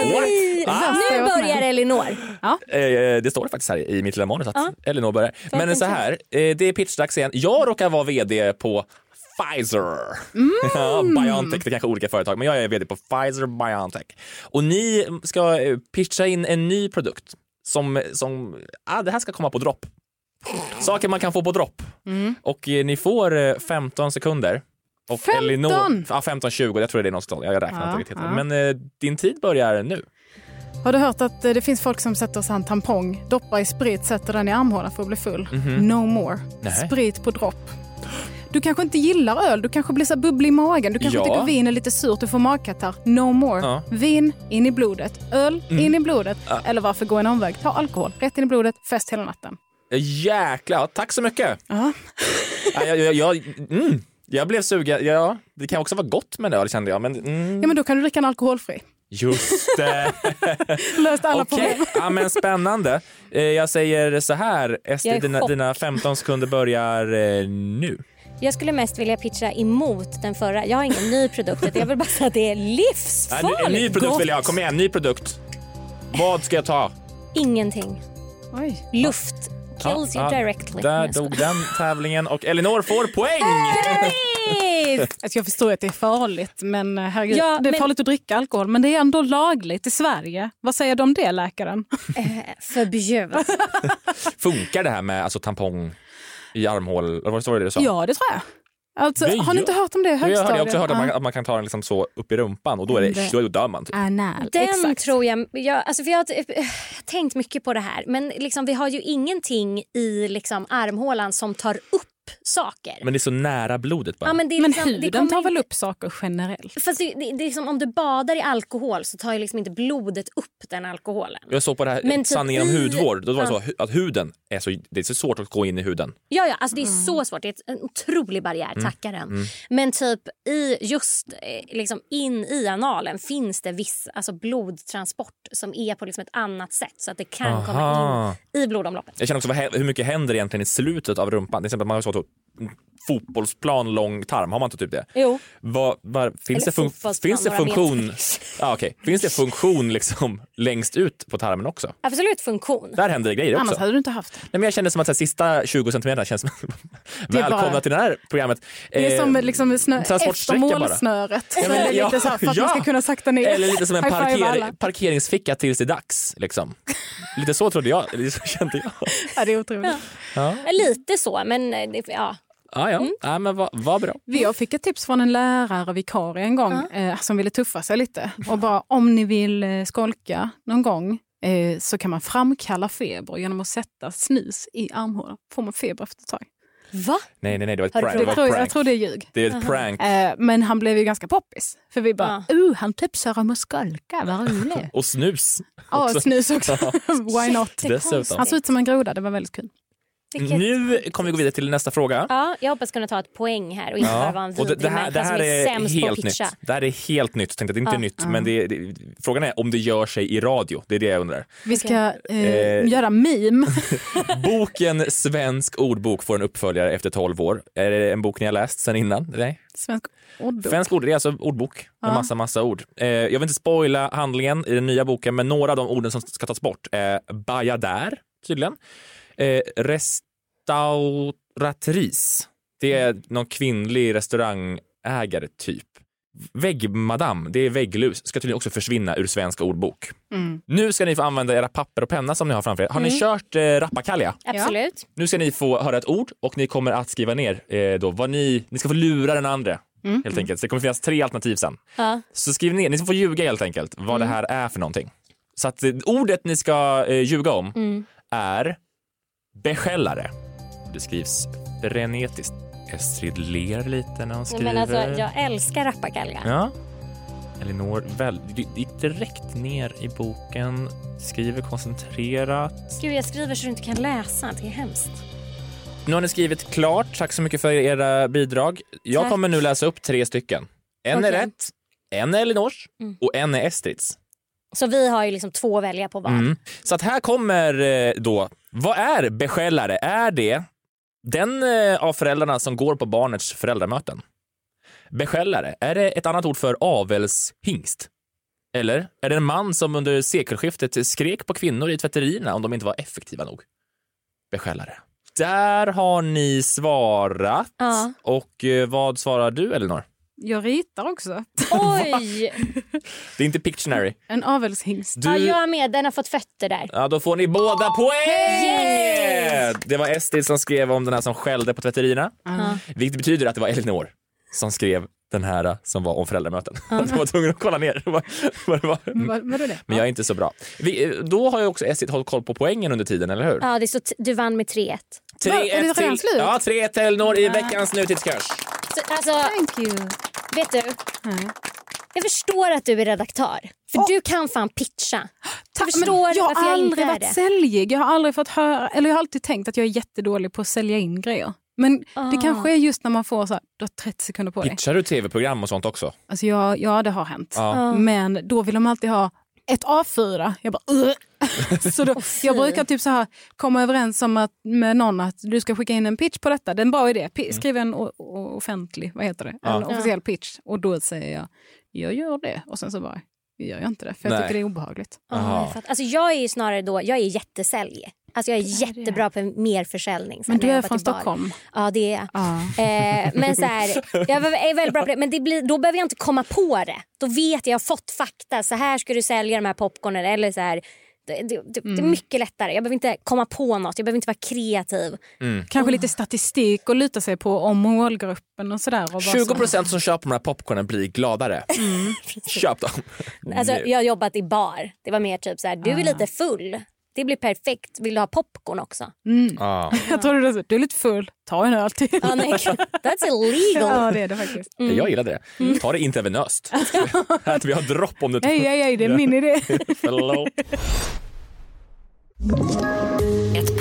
Speaker 5: Nej!
Speaker 4: Ah.
Speaker 5: Nu börjar Elinor.
Speaker 2: Eh, eh, det står det faktiskt här i mitt lilla manus att Elinor börjar. Men så här, eh, det är pitchdags igen. Jag råkar vara vd på Pfizer. Ja, Biontech, det kanske är olika företag, men jag är vd på Pfizer Biontech. Och ni ska eh, pitcha in en ny produkt som, som ah, det här ska komma på dropp. Saker man kan få på dropp. Och eh, ni får eh, 15 sekunder Och
Speaker 4: 15.
Speaker 2: Elinor, ja, 15, 20, jag tror det är någonstans. Jag räknar
Speaker 4: Ja,
Speaker 2: inte riktigt.
Speaker 4: ja.
Speaker 2: Men eh, din tid börjar nu.
Speaker 4: Har du hört att eh, det finns folk som sätter sig en tampong, doppar i sprit, sätter den i armhålan för att bli full? No more.
Speaker 2: Mhm. Nej.
Speaker 4: Sprit på dropp. Du kanske inte gillar öl, du kanske blir så här bubblig i magen, du kanske
Speaker 2: Ja.
Speaker 4: tycker vin är lite surt, du får magkatarr. No more.
Speaker 2: Ja. Mm.
Speaker 4: Vin, in i blodet. Öl, in i blodet. Eller varför gå en omväg? Ta alkohol, rätt in i blodet, fest hela natten.
Speaker 2: Jäklar, Eh, tack så mycket.
Speaker 4: Ja.
Speaker 2: Ja, jag, jag, jag, mm, jag blev sugen. Ja, det kan också vara gott med en öl kände jag. Men mm,
Speaker 4: ja, men då kan du dricka en alkoholfri.
Speaker 2: just det.
Speaker 4: Löst alla
Speaker 2: Okej,
Speaker 4: problem.
Speaker 2: ja, men spännande. Eh, Jag säger så här,
Speaker 5: Jag
Speaker 2: Ester,
Speaker 5: är i
Speaker 2: dina,
Speaker 5: chock.
Speaker 2: dina 15 sekunder börjar eh, nu.
Speaker 5: Jag skulle mest vilja pitcha emot den förra. Jag har ingen ny produkt. utan Jag vill bara säga att det är
Speaker 2: Ja, nu-
Speaker 5: livsfarligt
Speaker 2: en ny produkt
Speaker 5: gott.
Speaker 2: vill jag ha. Kom igen, ny produkt. Vad ska jag ta?
Speaker 5: Ingenting.
Speaker 4: Oj.
Speaker 5: Luft. Kills
Speaker 2: Ja,
Speaker 5: you
Speaker 2: ja,
Speaker 5: directly.
Speaker 2: Där
Speaker 5: Nej, jag
Speaker 2: dog den tävlingen och Elinor får poäng!
Speaker 5: skojar.
Speaker 4: Alltså jag förstår att det är farligt, men eh, herregud.
Speaker 5: Ja,
Speaker 4: det är
Speaker 5: men-
Speaker 4: farligt att dricka alkohol, men det är ändå lagligt i Sverige. Vad säger du om det, läkaren?
Speaker 5: Förbjud.
Speaker 2: Funkar det här med alltså, tampong i armhål? Eller vad var det du sa?
Speaker 4: Ja, det tror jag. Alltså,
Speaker 2: Det
Speaker 4: har
Speaker 2: gör-
Speaker 4: ni inte hört om det i
Speaker 2: Jag
Speaker 4: högstadiet?
Speaker 2: har också hört att man,
Speaker 4: Ja.
Speaker 2: att man kan ta den liksom så upp i rumpan och då, är
Speaker 4: Det-
Speaker 5: Mm,
Speaker 2: det, då dör man. Typ.
Speaker 4: Anal.
Speaker 5: Ah, Den
Speaker 4: Exakt.
Speaker 5: tror jag... jag alltså för jag har t- eh, tänkt mycket på det här. Men liksom, vi har ju ingenting i liksom, armhålan som tar upp saker.
Speaker 2: Men det är så nära blodet bara.
Speaker 5: ja, men det är
Speaker 4: Men
Speaker 5: liksom- det
Speaker 4: huden
Speaker 5: kommer
Speaker 4: tar väl
Speaker 5: inte-
Speaker 4: upp saker generellt?
Speaker 5: Fast det, det, det är som om du badar i alkohol så tar ju liksom inte blodet upp den alkoholen.
Speaker 2: Jag såg på det här
Speaker 5: Men typ
Speaker 2: sanningen om
Speaker 5: i-
Speaker 2: hudvård. Då var det
Speaker 5: Ja.
Speaker 2: så hu- att huden är så, det är så svårt att gå in i huden.
Speaker 5: Ja, ja, alltså det är
Speaker 2: Mm.
Speaker 5: så svårt. Det är ett- en otrolig barriär, tacka den. Men typ i, just eh, liksom in i analen finns det viss alltså blodtransport som är på liksom ett annat sätt så att det kan komma
Speaker 2: Aha.
Speaker 5: in i blodomloppet.
Speaker 2: Jag känner också vad, hä- hur mycket händer egentligen i slutet av rumpan. Till exempel man har så att en fotbollsplan lång tarm, har man inte typ det?
Speaker 5: Jo.
Speaker 2: Vad, vad, finns, det
Speaker 5: Eller
Speaker 2: fun-
Speaker 5: fotbollsplan,
Speaker 2: finns det
Speaker 5: några
Speaker 2: funktion
Speaker 5: meter.
Speaker 2: ah, okej. Finns det funktion liksom längst ut på tarmen också?
Speaker 5: Absolut funktion.
Speaker 2: Där händer det grejer också.
Speaker 4: Annars hade du inte haft det.
Speaker 2: Nej, men jag kände som att så här, sista 20 centimeterna känns som...
Speaker 4: är bara-
Speaker 2: Välkomna till det här programmet.
Speaker 4: Det är som
Speaker 2: Eh,
Speaker 4: liksom snö, efter
Speaker 2: transportsträcka bara.
Speaker 4: målsnöret. Så
Speaker 2: Ja, men-
Speaker 4: är det
Speaker 2: ja,
Speaker 4: lite så här för att man ska
Speaker 2: ja.
Speaker 4: kunna sakta ner.
Speaker 2: Eller lite som en
Speaker 4: High five
Speaker 2: parker,
Speaker 4: alla.
Speaker 2: parkeringsficka tills det är dags. Liksom. Lite så trodde jag. Eller så kände jag.
Speaker 4: Ja, det är otroligt.
Speaker 5: Lite så, men eh, det, ja.
Speaker 2: Ah, ja,
Speaker 5: Mm.
Speaker 2: ah, men vad vad bra.
Speaker 4: Vi- Jag fick ett tips från en lärare vikarie en gång eh, som ville tuffa sig lite och bara om ni vill eh, skolka någon gång eh, så kan man framkalla feber genom att sätta snus i armhålan. Får man feber efter ett tag.
Speaker 5: Va?
Speaker 2: Nej, nej, nej, det var ett
Speaker 5: Har du
Speaker 2: prank.
Speaker 4: Det
Speaker 2: Det var
Speaker 4: tror,
Speaker 2: ett
Speaker 4: jag jag
Speaker 2: prank.
Speaker 4: tror det är ljug.
Speaker 2: Det är ett prank.
Speaker 4: Eh, men han blev ju ganska poppis. För vi bara, uh, han tipsar om att skolka, vad roligt.
Speaker 2: Och snus.
Speaker 4: Ja,
Speaker 2: också.
Speaker 4: snus också. Why not?
Speaker 2: Dessutom.
Speaker 4: Han
Speaker 5: Alltså,
Speaker 4: såg ut som en groda, det var väldigt kul.
Speaker 5: Vilket...
Speaker 2: Nu kommer vi gå vidare till nästa fråga.
Speaker 5: Ja, jag hoppas kunna ta ett poäng här och inte bara vara en
Speaker 2: Och det,
Speaker 5: vidrig
Speaker 2: det, här, det här
Speaker 5: människa som är,
Speaker 2: är
Speaker 5: sämst på att
Speaker 2: helt nytt.
Speaker 5: pitcha.
Speaker 2: Det här är helt nytt. Tänkte att det inte är nytt, men det, det, frågan är om det gör sig i radio. Det är det jag undrar.
Speaker 4: Vi ska eh,
Speaker 2: Eh.
Speaker 4: göra meme.
Speaker 2: Boken Svensk ordbok får en uppföljare efter 12 år. Är det en bok ni har läst sen innan? Nej.
Speaker 4: Svensk ordbok.
Speaker 2: Svensk ord, det är alltså ordbok med massa, massa ord. Eh, jag vill inte spoila handlingen i den nya boken, men några av de orden som ska tas bort är bajadär, tydligen. Eh, restauratris, det är någon kvinnlig restaurangägare, typ. Väggmadam, det är vägglus, ska tydligen också försvinna ur svensk ordbok.
Speaker 4: Mm.
Speaker 2: Nu ska ni få använda era papper och penna som ni har framför er. Har ni kört eh, rappakalja?
Speaker 5: Absolut.
Speaker 2: Nu ska ni få höra ett ord och ni kommer att skriva ner eh, då vad ni, ni ska få lura den andra helt enkelt. Så det kommer finnas tre alternativ sen.
Speaker 5: Mm. Ja. Mm.
Speaker 2: Så skriv ner, ni får ljuga helt enkelt vad det här är för någonting. Så att eh, ordet ni ska eh, ljuga om
Speaker 5: Mm.
Speaker 2: är beskällare. Det skrivs frenetiskt. Estrid ler lite när hon
Speaker 5: Ja.
Speaker 2: skriver.
Speaker 5: Men alltså, jag älskar rappakalja.
Speaker 2: Ja. Elinor väl, gick direkt ner i boken, skriver koncentrerat.
Speaker 5: Gud, jag skriver så du inte kan läsa. Det är hemskt.
Speaker 2: Nu har ni skrivit klart. Tack så mycket för era bidrag. Jag
Speaker 5: Tack.
Speaker 2: kommer nu läsa upp tre stycken. En är
Speaker 5: Okej. Mm.
Speaker 2: rätt, en är Elinors och en är Estrids.
Speaker 5: Så vi har ju liksom två att välja på var.
Speaker 2: Mm. Så att här kommer eh, då, vad är beskällare? Är det den eh, av föräldrarna som går på barnets föräldramöten? Beskällare, är det ett annat ord för avelshingst? Eller är det en man som under sekelskiftet skrek på kvinnor i tvätterierna om de inte var effektiva nog? Beskällare. Där har ni svarat.
Speaker 5: Ja.
Speaker 2: Och eh, vad svarar du, Elinor?
Speaker 4: Jag ritar också.
Speaker 5: Oj!
Speaker 2: Det är inte Pictionary.
Speaker 4: En avelshingst.
Speaker 2: Du,
Speaker 5: Ja, jag är med. Den har fått fötter där.
Speaker 2: Ja, då får ni båda poäng!
Speaker 5: Yes!
Speaker 2: Det var Estrid som skrev om den här som skällde på tvätterierna. Vilket betyder att det var Elinor som skrev den här eh, som var om föräldramöten. De var tvungna att kolla ner vad vad det var.
Speaker 5: Mm.
Speaker 4: Vad, vad är det?
Speaker 2: Mm. Men jag är inte så bra. Vi, eh, då har ju också Essit hållit koll på poängen under tiden, eller hur?
Speaker 5: Ja, det är så t- du vann med 3-1.
Speaker 2: 3-1
Speaker 4: Va, är det redan
Speaker 2: till,
Speaker 4: slut?
Speaker 2: ja, 3-1 till Elinor i veckans nutidskurs.
Speaker 5: Så, alltså,
Speaker 4: Thank you.
Speaker 5: vet du? Jag förstår att du är redaktör. För du kan fan pitcha.
Speaker 4: Ta-
Speaker 5: Jag förstår
Speaker 4: men jag
Speaker 5: varför
Speaker 4: har
Speaker 5: jag inte
Speaker 4: aldrig
Speaker 5: är
Speaker 4: varit
Speaker 5: det.
Speaker 4: säljig. Jag har aldrig fått höra, eller jag har alltid tänkt att jag är jättedålig på att sälja in grejer. Men det
Speaker 5: Ah.
Speaker 4: kanske är just när man får så här, du har 30 sekunder på dig.
Speaker 2: Pitchar du tv-program och sånt också?
Speaker 4: Alltså ja, ja, det har hänt.
Speaker 5: Ah.
Speaker 2: Ja.
Speaker 4: Men då vill de alltid ha ett A4. Jag bara "Ugh." så då, Jag brukar typ så här komma överens om att, med någon att du ska skicka in en pitch på detta. Det är en bra idé. Pi- Skriv en o- o- offentlig, vad heter det? En
Speaker 2: Mm. Ja.
Speaker 4: officiell pitch. Och då säger jag, jag gör det. Och sen så bara, jag gör jag inte det. För jag
Speaker 2: Nej.
Speaker 4: tycker det är obehagligt.
Speaker 5: Ja, jag fattar. alltså, jag är ju snarare då, jag är jättesälj. Alltså jag är jättebra på merförsäljning. sen
Speaker 4: Men du
Speaker 5: när
Speaker 4: är
Speaker 5: jag jobbar
Speaker 4: från
Speaker 5: till bar.
Speaker 4: Stockholm.
Speaker 5: Ja, det är jag.
Speaker 4: Ja.
Speaker 5: Eh, men så här, jag är väldigt bra på det, men det blir, då behöver jag inte komma på det. Då vet jag, jag har fått fakta. Så här ska du sälja de här popcornen. Eller så här, det, det, det, det
Speaker 4: Mm.
Speaker 5: är mycket lättare. Jag behöver inte komma på något. Jag behöver inte vara kreativ.
Speaker 2: Mm.
Speaker 4: Kanske lite statistik och luta sig på om målgruppen och sådär. Och vad som-
Speaker 2: 20 procent som köper de här popcornen blir gladare. Köp dem.
Speaker 5: Mm.
Speaker 2: Mm.
Speaker 5: Alltså,
Speaker 2: Nu. Ah.
Speaker 5: jag har jobbat i bar. Det var mer typ så här, du är lite full. Det blir perfekt. Vill du ha popcorn också?
Speaker 2: Ja.
Speaker 4: Jag tror du, du är lite full, ta en öl till.
Speaker 5: Ja, nej, that's illegal.
Speaker 4: Ja, det är det faktiskt.
Speaker 2: Jag gillade det. Ta det intravenöst. Att vi har dropp om du
Speaker 4: Nej, nej, nej, det är min idé.
Speaker 2: Förlåt.
Speaker 6: Ett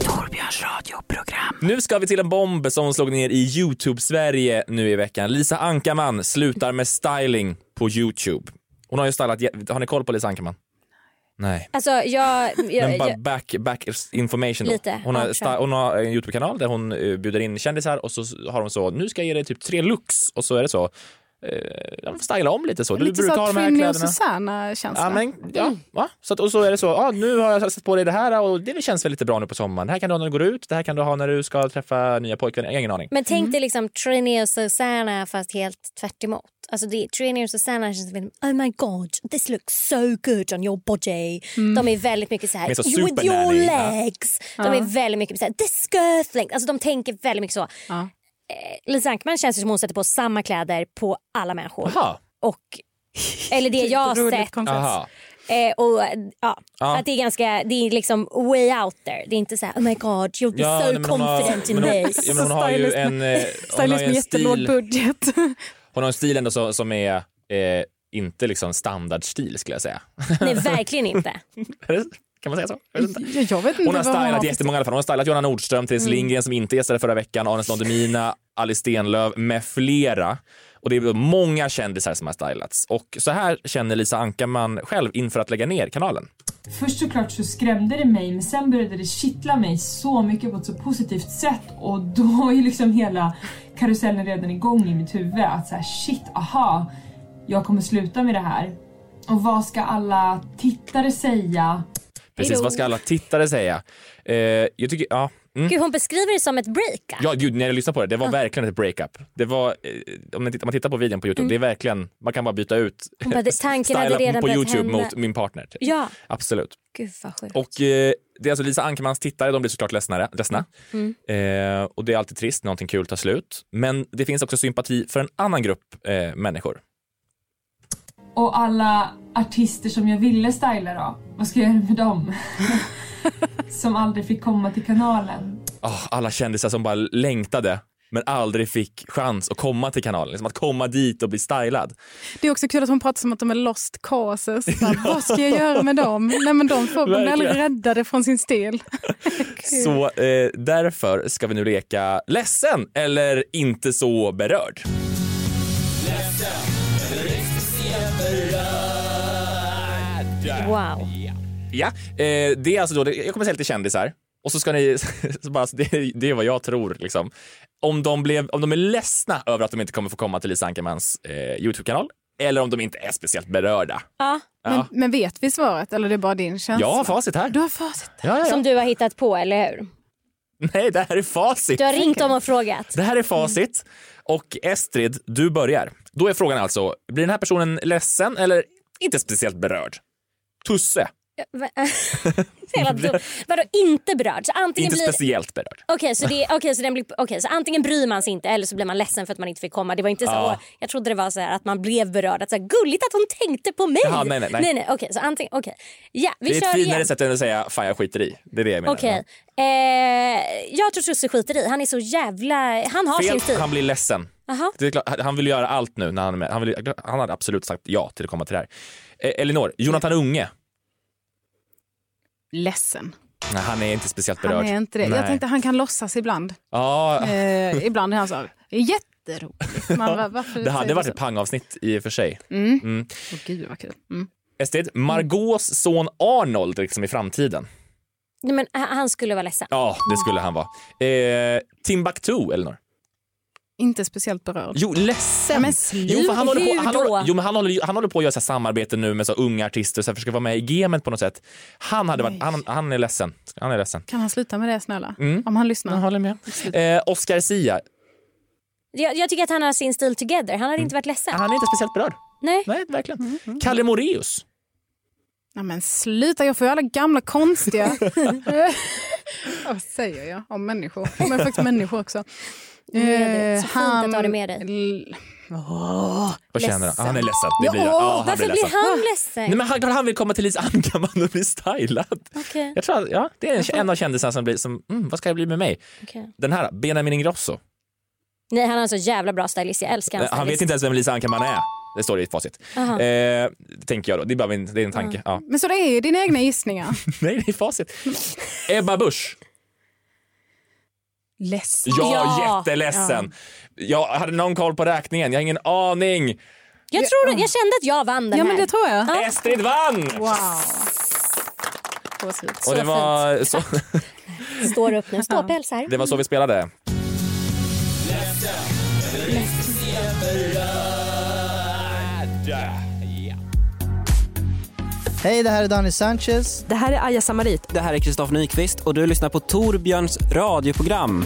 Speaker 4: Torbjörns radioprogram.
Speaker 2: Nu ska vi till en bomb som slog ner i Youtube-Sverige nu i veckan. Lisa Ankarman slutar med styling på Youtube. Hon har ju stylat, jä- har ni koll på Lisa Ankarman? Nej.
Speaker 5: Alltså, jag, jag,
Speaker 2: Men bara
Speaker 5: jag,
Speaker 2: back, back information då.
Speaker 5: Lite,
Speaker 2: Hon, har,
Speaker 5: ja,
Speaker 2: sta- hon har en Youtube-kanal där hon eh, bjuder in kändisar och så s- har hon så, nu ska jag ge dig typ tre looks och så är det så. Eh, ja, styla om lite så.
Speaker 4: Lite så att Trini och Susanna-känsla.
Speaker 2: Ja, men, ja, va? Så, att, och så är det så, ah, nu har jag satt på dig det här och det känns väl lite bra nu på sommaren. Det här kan du ha när du går ut, det här kan du ha när du ska träffa nya pojkvänner. Jag har ingen aning.
Speaker 5: Men tänk dig liksom Trini och Susanna fast helt tvärt emot. Alltså det, Trini och Susanna känns väldigt, oh my god, this looks so good on your body. De är väldigt mycket så här,
Speaker 2: Mer Mm. så
Speaker 5: with your
Speaker 2: supernanny, ja.
Speaker 5: legs. De är väldigt mycket så här, this girth length. Alltså de tänker väldigt mycket så.
Speaker 4: Ja.
Speaker 5: Eh, Lisa Ankerman känns ju som hon sätter på samma kläder på alla människor.
Speaker 2: Jaha.
Speaker 5: Och, eller det jag har
Speaker 4: Roligt
Speaker 5: sett.
Speaker 4: koncept.
Speaker 2: Aha.
Speaker 5: Eh, och, ja,
Speaker 2: Ja.
Speaker 5: Att det är ganska, det är liksom way out there. Det är inte så här, oh my god, you'll be
Speaker 2: Ja, nej,
Speaker 5: so
Speaker 2: men hon har-
Speaker 5: confident in
Speaker 2: men hon-
Speaker 5: this.
Speaker 2: Ja, men hon har ju
Speaker 4: Stylist med-
Speaker 2: en, eh, hon har
Speaker 4: Stylist
Speaker 2: ju
Speaker 4: med
Speaker 2: en
Speaker 4: jättelåg
Speaker 2: stil,
Speaker 4: budget.
Speaker 2: hon har en stil ändå så, som är eh, inte liksom standardstil skulle jag säga.
Speaker 5: Nej, verkligen inte.
Speaker 2: kan man säga så? Jag vet inte.
Speaker 4: Ja, jag vet inte
Speaker 2: Hon har
Speaker 4: vad hon
Speaker 2: stylat
Speaker 4: har-
Speaker 2: jättemånga i alla fall. Hon har stylat Johanna Nordström, Therese Lindgren som inte gästade förra veckan, Anes Don Demina, Alice Stenlöf med flera. Och det är då många kändisar som har stylats. Och så här känner Lisa Ankarman själv inför att lägga ner kanalen.
Speaker 8: Först såklart så skrämde det mig men sen började det kittla mig så mycket på ett så positivt sätt och då är ju liksom hela karusellen redan igång i mitt huvud. Att så här, shit, aha, jag kommer sluta med det här. Och vad ska alla tittare säga?
Speaker 2: Precis, vad ska alla tittare säga? Eh, jag tycker, ja. Mm.
Speaker 5: Gud, hon beskriver det som ett breakup.
Speaker 2: Ja, gud, när jag lyssnade på det, det var verkligen ett breakup. Det var, eh, om man tittar, man tittar på videon på Youtube, det är verkligen, man Mm. kan bara byta ut
Speaker 5: Hon bara, det- tanken hade
Speaker 2: styla
Speaker 5: redan
Speaker 2: på
Speaker 5: börjat
Speaker 2: Youtube
Speaker 5: hända.
Speaker 2: mot min partner. typ.
Speaker 5: Ja.
Speaker 2: Absolut.
Speaker 5: Gud vad sjukt.
Speaker 2: Och eh, det är alltså Lisa Ankermans tittare, de blir såklart ledsnare, ledsna. Eh, och det är alltid trist när någonting kul tar slut. Men det finns också sympati för en annan grupp eh, människor.
Speaker 8: Och alla artister som jag ville styla då? Vad ska jag göra med dem? som aldrig fick komma till kanalen.
Speaker 2: Ah, alla kändisar som bara längtade men aldrig fick chans att komma till kanalen. Liksom att komma dit och bli stylad.
Speaker 4: Det är också kul att hon pratar som att de är lost causes. Så här, Vad ska jag göra med dem? Nej, men de får bli
Speaker 2: Verkligen.
Speaker 4: räddade från sin stil.
Speaker 2: Så eh, därför ska vi nu leka ledsen eller inte så berörd.
Speaker 9: Ledsen
Speaker 5: Wow.
Speaker 2: Ja, eh, det är alltså då, det- jag kommer säga lite kändisar och så ska ni, så bara, det, är- det är vad jag tror liksom. Om de, blev, om de är ledsna över att de inte kommer få komma till Lisa Ankermans eh, Youtube-kanal eller om de inte är speciellt berörda.
Speaker 5: Ja,
Speaker 2: Ja.
Speaker 4: Men, men vet vi svaret eller det är bara din känsla?
Speaker 2: Jag har facit här.
Speaker 4: Du har facit.
Speaker 2: Ja, ja,
Speaker 5: Alltså, Som
Speaker 2: ja.
Speaker 5: du har hittat på, eller hur?
Speaker 2: Nej, det här är facit.
Speaker 5: Du har ringt dem och frågat.
Speaker 2: Det här är facit. Och Estrid, du börjar. Då är frågan alltså, blir den här personen ledsen eller inte speciellt berörd? Tusse,
Speaker 5: Va- Så jävla dumt. Vadå inte berörd? Så antingen
Speaker 2: inte
Speaker 5: blir...
Speaker 2: speciellt berörd.
Speaker 5: Okej, så, det, okej, så, den blir, okej, så antingen bryr man sig inte eller så blir man ledsen för att man inte fick komma. Det var inte så,
Speaker 2: Ja.
Speaker 5: åh, jag trodde det var så här att man blev berörd. Att så här, gulligt att hon tänkte på mig.
Speaker 2: Jaha, nej, nej, nej.
Speaker 5: nej, okej, så antingen, okej. Ja, vi
Speaker 2: det är
Speaker 5: kör
Speaker 2: ett finare
Speaker 5: igen.
Speaker 2: sätt än att säga fan jag skiter i. Det är det jag menar.
Speaker 5: Okej. Eh, jag tror Tusse skiter i. Han är så jävla... Han har sin stil.
Speaker 2: Fel, han blir ledsen.
Speaker 5: Aha.
Speaker 2: Det är klart, han vill göra allt nu när han är med. Han, vill, han hade absolut sagt ja till att komma till det här. Eh, Elinor, Jonathan Unge.
Speaker 4: Ledsen.
Speaker 2: Nej, han är inte speciellt berörd.
Speaker 4: Han är inte det.
Speaker 2: Nej.
Speaker 4: Jag tänkte han kan låtsas ibland.
Speaker 2: Ja,
Speaker 4: Eh, ibland är han så här, "Det är jätteroligt. Man, bara, varför
Speaker 2: det
Speaker 4: säger
Speaker 2: hade
Speaker 4: du
Speaker 2: varit
Speaker 4: så?
Speaker 2: ett pangavsnitt i och för sig.
Speaker 4: Mm.
Speaker 2: Mm.
Speaker 4: Åh, gud vad kul. Mm.
Speaker 2: Estrid, Margaux son Arnold liksom i framtiden.
Speaker 5: Nej, men, h- han skulle vara ledsen.
Speaker 2: Ja, det skulle han vara. Eh, Timbuktu, Elinor.
Speaker 4: Inte speciellt berörd.
Speaker 2: Jo, ledsen.
Speaker 4: Men
Speaker 2: Jo, för han håller på,
Speaker 5: Hur
Speaker 2: han
Speaker 5: då?
Speaker 2: håller, jo, men han håller, han håller på att göra så här samarbete nu med så här unga artister så här, försöker vara med i gamet på något sätt. Han, hade varit,
Speaker 4: Nej.
Speaker 2: han, han är ledsen. Han är ledsen.
Speaker 4: Kan han sluta med det snälla?
Speaker 2: Mm.
Speaker 4: Om han lyssnar.
Speaker 2: Jag håller med. Eh, Oscar Sia,
Speaker 5: Jag, jag tycker att han har sin stil together. Han har inte varit ledsen.
Speaker 2: Mm. han är inte speciellt berörd.
Speaker 5: Nej. Mm,
Speaker 2: Nej, verkligen. Kalle Moreus.
Speaker 4: Nej men sluta, jag får ju alla gamla konstiga... Vad säger jag om människor? Men faktiskt människor också.
Speaker 5: Mm, det är
Speaker 4: Eh,
Speaker 5: så fint att du har det med dig.
Speaker 4: L- Åh,
Speaker 2: Vad känner han?
Speaker 4: ledsen.
Speaker 2: Ah, han är ledsen. Det
Speaker 4: Ja,
Speaker 2: blir, ja, han
Speaker 5: Varför
Speaker 2: blir
Speaker 5: blir
Speaker 2: ledsen.
Speaker 5: han ledsen?
Speaker 2: Nej, men han, han vill komma till Lisa Ankarman och bli stylad.
Speaker 5: Okej,
Speaker 2: Jag tror att, ja, det är en, en av kändisarna som blir som, mm, vad ska det bli med mig?
Speaker 5: okej.
Speaker 2: Den här, Benjamin Ingrosso.
Speaker 5: Nej, han har en så jävla bra stylist. Jag älskar
Speaker 2: Eh,
Speaker 5: hans
Speaker 2: Han vet
Speaker 5: stylist.
Speaker 2: inte ens vem Lisa Ankarman är. Det står i ett facit.
Speaker 5: Aha.
Speaker 2: Eh, tänker jag då. Det är bara min, det är en tanke. Ja.
Speaker 4: Men så det är ju dina egna gissningar.
Speaker 2: Nej, det är facit. Ebba Busch.
Speaker 4: Ledsen.
Speaker 2: Ja,
Speaker 5: Ja.
Speaker 2: jätteledsen. Jag hade någon koll på räkningen. Jag har ingen aning.
Speaker 5: Jag, tror, jag kände att jag vann den
Speaker 4: Ja
Speaker 5: här.
Speaker 4: men det tror jag.
Speaker 2: Estrid vann!
Speaker 4: Wow. Vad fint.
Speaker 2: Och det var, så,
Speaker 5: Står upp nu. Ståpäls här.
Speaker 2: det var så vi spelade.
Speaker 10: Hej, det här är Danny Sanchez.
Speaker 11: Det här är Aya Samarit. Det här är Kristoffer Nyqvist och du lyssnar på Torbjörns radioprogram.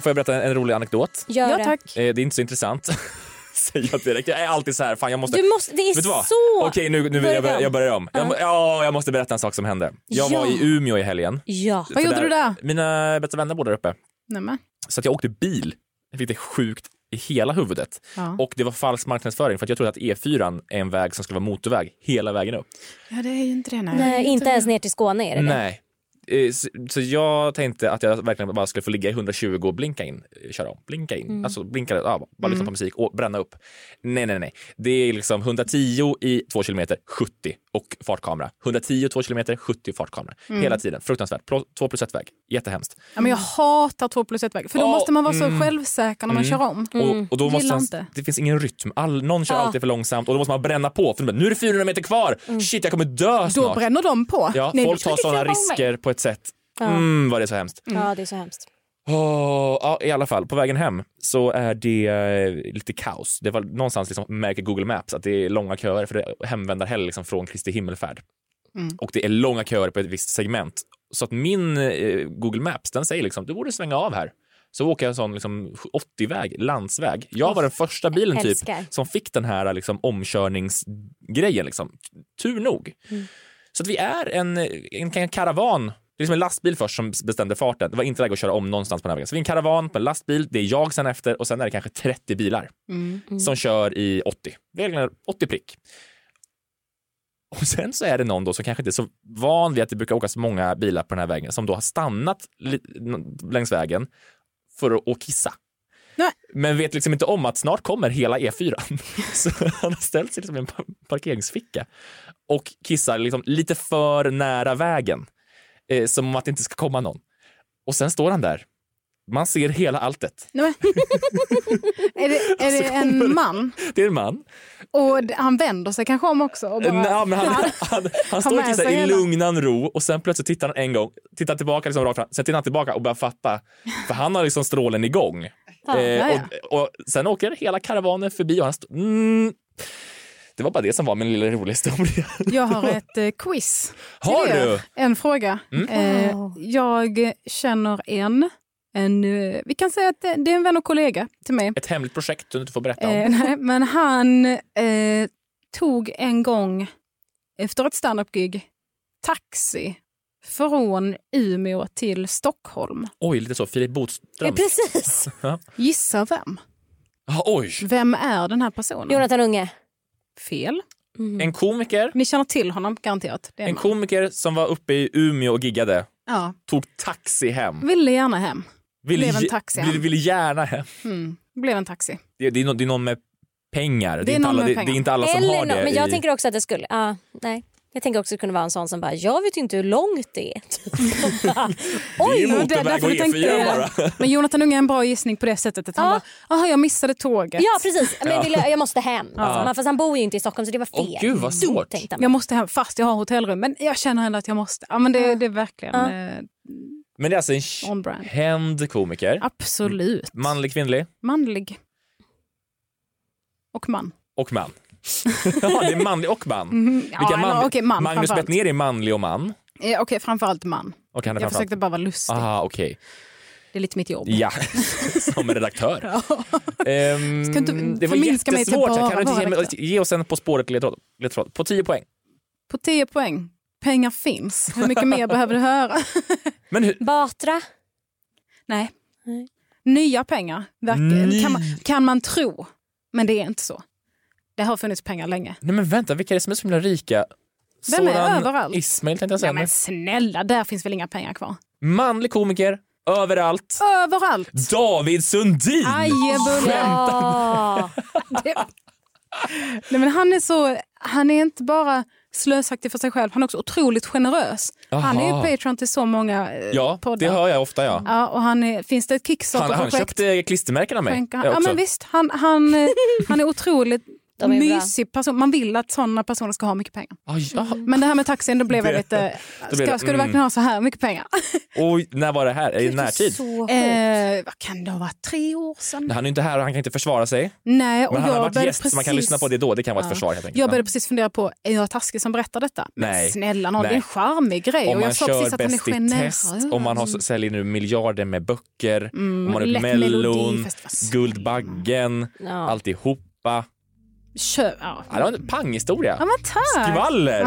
Speaker 2: Får jag berätta en, en rolig anekdot?
Speaker 5: Gör
Speaker 4: Ja
Speaker 5: det.
Speaker 4: tack.
Speaker 2: Eh, det är inte så intressant. Säger jag direkt. Jag är alltid så här, fan jag måste...
Speaker 5: Du måste, det är
Speaker 2: Vet du vad?
Speaker 5: så...
Speaker 2: Okej, nu, nu
Speaker 5: Börja
Speaker 2: jag, börjar,
Speaker 5: om.
Speaker 2: jag börjar om. Jag, må- ja, jag måste berätta en sak som hände. Jag var
Speaker 5: Ja.
Speaker 2: i Umeå i helgen.
Speaker 5: Ja.
Speaker 4: Vad
Speaker 2: Så
Speaker 4: gjorde du där?
Speaker 2: Mina bästa vänner bor där uppe.
Speaker 4: Nej, men.
Speaker 2: Så att jag åkte bil. Jag fick det sjukt i hela huvudet.
Speaker 4: Ja.
Speaker 2: Och det var falsk marknadsföring för att jag trodde att E4 är en väg som skulle vara motorväg hela vägen upp.
Speaker 4: ja det är ju inte det. Nej,
Speaker 5: Nej, inte ens ner till Skåne är det det.
Speaker 2: Nej. Eh, Så, så jag tänkte att jag verkligen bara skulle få ligga i 120 och blinka in, eh, köra om, blinka in, alltså blinka, ja, bara lyssna på musik och bränna upp. Nej, nej, nej. Det är liksom 110 i 2 kilometer, 70 och fartkamera. 110 2 kilometer, 70 och fartkamera. Hela tiden, fruktansvärt. Pro- Två plus ett väg, jättehemskt.
Speaker 4: Ja, men jag hatar två plus ett väg. För då
Speaker 2: Ja,
Speaker 4: måste man vara så
Speaker 2: mm.
Speaker 4: självsäker när man kör om. Mm.
Speaker 2: Och, och då måste
Speaker 4: Gillar
Speaker 2: han,
Speaker 4: inte.
Speaker 2: det finns ingen rytm, All, någon kör
Speaker 5: Ja.
Speaker 2: alltid för långsamt och då måste man bränna på. För nu är det 400 meter kvar, shit jag kommer dö
Speaker 4: Mm. Då
Speaker 2: snart.
Speaker 4: bränner de på.
Speaker 2: Ja,
Speaker 4: Nej,
Speaker 2: folk
Speaker 4: du ska
Speaker 2: tar
Speaker 4: inte
Speaker 2: sådana
Speaker 4: köra om mig.
Speaker 2: risker på ett sätt.
Speaker 5: Ja.
Speaker 2: Mm, vad det är så hemskt.
Speaker 5: Ja, det är så hemskt.
Speaker 2: Åh, ja, I alla fall, på vägen hem så är det eh, lite kaos. Det var någonstans liksom, märker Google Maps att det är långa köer för det är hemvändarhelg liksom, från Kristi himmelfärd.
Speaker 4: Mm.
Speaker 2: Och det är långa köer på ett visst segment. Så att min eh, Google Maps den säger liksom, du borde svänga av här. Så åker jag en sån liksom, 80-väg, landsväg. Jag var den första bilen typ
Speaker 5: älskar.
Speaker 2: som fick den här liksom, omkörningsgrejen. Liksom. Tur nog. Så att vi är en, en, en karavan. Det är liksom en lastbil först som bestämde farten. Det var inte läge att köra om någonstans på den här vägen. Så vi är en karavan på en lastbil. Det är jag sen efter och sen är det kanske 30 bilar
Speaker 4: Mm.
Speaker 2: som kör i 80. Reglerna 80 prick. Och sen så är det någon då som kanske inte är så van vid att det brukar åka så många bilar på den här vägen som då har stannat li- n- längs vägen för att och kissa.
Speaker 4: Nej.
Speaker 2: Men vet liksom inte om att snart kommer hela E4. Så han har ställt sig liksom i en par- parkeringsficka och kissar liksom lite för nära vägen. Eh, som om att det inte ska komma någon. Och sen står han där Man ser hela alltet.
Speaker 4: Nej, men- är det, är det en man?
Speaker 2: Det är en man.
Speaker 4: Och d- han vänder sig kanske om också? Och bara,
Speaker 2: Nej, men han, han, han, står
Speaker 4: med
Speaker 2: liksom så här
Speaker 4: sig
Speaker 2: i
Speaker 4: hela.
Speaker 2: lugnan ro och sen plötsligt tittar han en gång, tittar tillbaka liksom rakt fram, sen tittar han tillbaka och börjar fatta. För han har liksom strålen igång.
Speaker 4: Ja,
Speaker 2: eh,
Speaker 4: ja,
Speaker 2: och, och sen åker hela karavanen förbi och han står... Mm, det var bara det som var min lilla roliga historia.
Speaker 4: Jag har ett eh, quiz. till
Speaker 2: Har
Speaker 4: er.
Speaker 2: du?
Speaker 4: En fråga.
Speaker 2: Mm.
Speaker 4: Eh, jag känner en, en, eh, vi kan säga att det, det är en vän och kollega till mig.
Speaker 2: Ett hemligt projekt du inte får berätta om.
Speaker 4: Eh, nej, men han eh, tog en gång, efter ett standup-gig, taxi från Umeå till Stockholm.
Speaker 2: Oj, lite så. Filip
Speaker 5: Eh,
Speaker 2: Botström.
Speaker 4: precis.
Speaker 2: Ja.
Speaker 4: Gissa vem?
Speaker 2: Ah, oj!
Speaker 4: Vem är den här personen?
Speaker 5: Jonathan Unge.
Speaker 4: Fel. Mm.
Speaker 2: En komiker.
Speaker 4: Ni känner till honom garanterat. Det är
Speaker 2: En
Speaker 4: en...
Speaker 2: komiker som var uppe i Umeå och giggade.
Speaker 4: Ja.
Speaker 2: Tog taxi hem.
Speaker 4: Ville gärna hem.
Speaker 2: Ville
Speaker 4: Blev en
Speaker 2: ge-
Speaker 4: taxi
Speaker 2: ville-
Speaker 4: hem.
Speaker 2: ville gärna hem.
Speaker 4: Mm. Blev en taxi.
Speaker 2: Det, det, är, någon, det är någon med pengar. Det,
Speaker 5: Det
Speaker 2: är,
Speaker 5: är
Speaker 2: inte
Speaker 5: någon
Speaker 2: alla,
Speaker 5: med
Speaker 2: det,
Speaker 5: pengar.
Speaker 2: det är inte alla som
Speaker 5: Eller
Speaker 2: har
Speaker 5: nå-
Speaker 2: det.
Speaker 5: Men jag
Speaker 2: i-
Speaker 5: tänker också att det skulle... Ah, nej. Jag tänker också att det kunde vara en sån som bara, jag vet ju inte hur långt det är.
Speaker 2: det är ju
Speaker 4: det var
Speaker 2: motorväg
Speaker 4: därför
Speaker 2: och
Speaker 4: du tänkte
Speaker 2: E4
Speaker 4: det.
Speaker 2: bara.
Speaker 4: Men Jonathan Unge är en bra gissning på det sättet. Att han bara, aha jag missade tåget.
Speaker 5: Ja precis, men
Speaker 4: Ja.
Speaker 5: vill jag, jag måste hem.
Speaker 4: Ja.
Speaker 5: Men, fast han bor ju inte i Stockholm så det var fel.
Speaker 4: Åh, gud, vad
Speaker 5: Dumt,
Speaker 4: svårt.
Speaker 5: tänkte han.
Speaker 4: Jag måste hem fast jag har hotellrum. Men jag känner ändå att jag måste. Ja, men det, det är verkligen
Speaker 5: Ja.
Speaker 4: eh,
Speaker 2: Men det är alltså en sh-
Speaker 4: on brand.
Speaker 2: känd komiker.
Speaker 4: Absolut.
Speaker 2: Manlig, kvinnlig
Speaker 4: Manlig. Och man.
Speaker 2: och man. ja, det är manlig och man.
Speaker 4: Mhm.
Speaker 2: Vilka
Speaker 4: Ja,
Speaker 2: manlig-
Speaker 4: okej, man
Speaker 2: Magnus
Speaker 4: framförallt.
Speaker 2: Bettner är manlig och man.
Speaker 4: Eh, Okej, framförallt man.
Speaker 2: Och han är
Speaker 4: Jag försökte bara vara lustig.
Speaker 2: Aha, okej.
Speaker 4: Det är lite mitt jobb.
Speaker 2: Ja, som en redaktör.
Speaker 4: Ja.
Speaker 2: Ehm,
Speaker 4: Ska inte
Speaker 2: det var
Speaker 4: förminska mig till
Speaker 2: jättesvårt. Kan
Speaker 4: bara
Speaker 2: du inte ge,
Speaker 4: vara
Speaker 2: mig-
Speaker 4: redaktör?
Speaker 2: ge oss en På spåret ledtråd? ledtråd? På 10 poäng.
Speaker 4: På 10 poäng. Pengar finns. Hur mycket mer behöver du höra?
Speaker 2: Men hur,
Speaker 5: Batra.
Speaker 4: Nej. Nya pengar verkar,
Speaker 2: Ny-
Speaker 4: kan, man, kan man tro. Men det är inte så. Det har funnits pengar länge.
Speaker 2: nej men vänta, vilka är det som är så himla rika?
Speaker 4: Vem är överallt?
Speaker 2: Ismail tänkte jag säga.
Speaker 4: Ja, men snälla, där finns väl inga pengar kvar?
Speaker 2: Manlig komiker, överallt.
Speaker 4: Överallt.
Speaker 2: David Sundin!
Speaker 4: Ajebulla.
Speaker 5: Ja.
Speaker 4: Det- Nej, men han är så, han är inte bara slösaktig för sig själv, han är också otroligt generös. Han är
Speaker 2: Aha.
Speaker 4: ju Patreon till så många eh,
Speaker 2: Ja,
Speaker 4: poddar.
Speaker 2: det hör jag ofta. Ja.
Speaker 4: Ja, och han är, finns det
Speaker 2: Han,
Speaker 4: ett
Speaker 2: han
Speaker 4: Kickstarter-projekt?
Speaker 2: köpte klistermärken av mig.
Speaker 4: skänker han-
Speaker 2: Jag
Speaker 4: Ja,
Speaker 2: också.
Speaker 4: men visst, han, han, eh, han är otroligt
Speaker 5: De är bra.
Speaker 4: mysig person. Man vill att sådana personer ska ha mycket pengar.
Speaker 2: Aj, ja.
Speaker 4: Men det här med taxin, då blev jag
Speaker 2: Det-
Speaker 4: lite...
Speaker 2: då blev
Speaker 4: Ska,
Speaker 2: det,
Speaker 4: ska du
Speaker 2: mm.
Speaker 4: verkligen ha så här mycket pengar?
Speaker 2: Och när var det här? I närtid?
Speaker 4: Eh, vad kan det ha varit? Tre år sedan?
Speaker 2: Han är inte här och han kan inte försvara sig.
Speaker 4: Nej, och
Speaker 2: men han
Speaker 4: jag
Speaker 2: har varit
Speaker 4: började
Speaker 2: gäst så man kan
Speaker 4: precis-
Speaker 2: lyssna på det då. Det kan vara ett
Speaker 4: Ja.
Speaker 2: försvar helt enkelt.
Speaker 4: Jag började precis fundera på, är jag taskig som berättar detta? Men
Speaker 2: Nej.
Speaker 4: snälla nån, det är
Speaker 2: Nej.
Speaker 4: en charmig grej.
Speaker 2: Om
Speaker 4: och
Speaker 2: man
Speaker 4: jag sa
Speaker 2: kör
Speaker 4: precis att han är
Speaker 2: Bäst i test,
Speaker 4: generös.
Speaker 2: om man har, så- säljer nu miljarder med böcker,
Speaker 4: Mm,
Speaker 2: om man har gjort
Speaker 4: lätt
Speaker 2: Mellon,
Speaker 4: Melodifestival.
Speaker 2: Guldbaggen,
Speaker 4: Ja.
Speaker 2: alltihopa.
Speaker 4: Kör, ja.
Speaker 2: Ja, det var en panghistoria.
Speaker 4: Ja, men tack.
Speaker 2: Skvaller!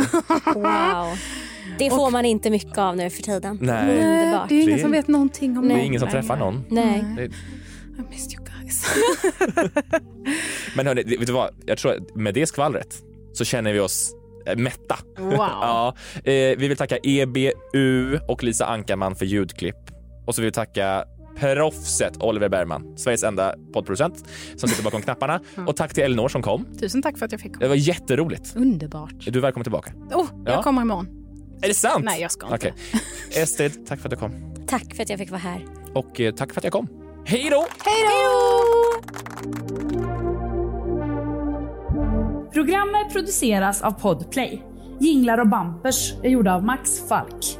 Speaker 5: Wow. Det får man inte mycket av nu för tiden.
Speaker 2: Nej.
Speaker 5: Underbart.
Speaker 4: Eh, Det är ingen
Speaker 2: Det-
Speaker 4: som vet någonting om
Speaker 2: Det
Speaker 4: mig.
Speaker 2: är ingen som träffar någon.
Speaker 5: Nej.
Speaker 2: Det-
Speaker 4: I missed you guys.
Speaker 2: Men hörni, det- vet du vad? Jag tror att med det skvallret så känner vi oss eh, mätta.
Speaker 4: Wow.
Speaker 2: ja, eh, vi vill tacka EBU och Lisa Ankarman för ljudklipp. Och så vill vi tacka proffset Oliver Bergman, Sveriges enda poddproducent som sitter bakom knapparna.
Speaker 4: Mm.
Speaker 2: Och tack till Elinor som kom.
Speaker 4: Tusen tack för att jag fick komma.
Speaker 2: Det var jätteroligt.
Speaker 4: Underbart.
Speaker 2: Du är välkommen tillbaka.
Speaker 4: Oh, jag
Speaker 2: Ja.
Speaker 4: kommer imorgon.
Speaker 2: Är det sant?
Speaker 4: Nej, jag ska inte.
Speaker 2: Okej. Estrid, tack för att du kom.
Speaker 5: Tack för att jag fick vara här.
Speaker 2: Och eh, tack för att jag kom. Hej då!
Speaker 4: Hej då!
Speaker 12: Programmet produceras av Podplay. Jinglar och bampers är gjorda av Max Falk.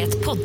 Speaker 6: Ett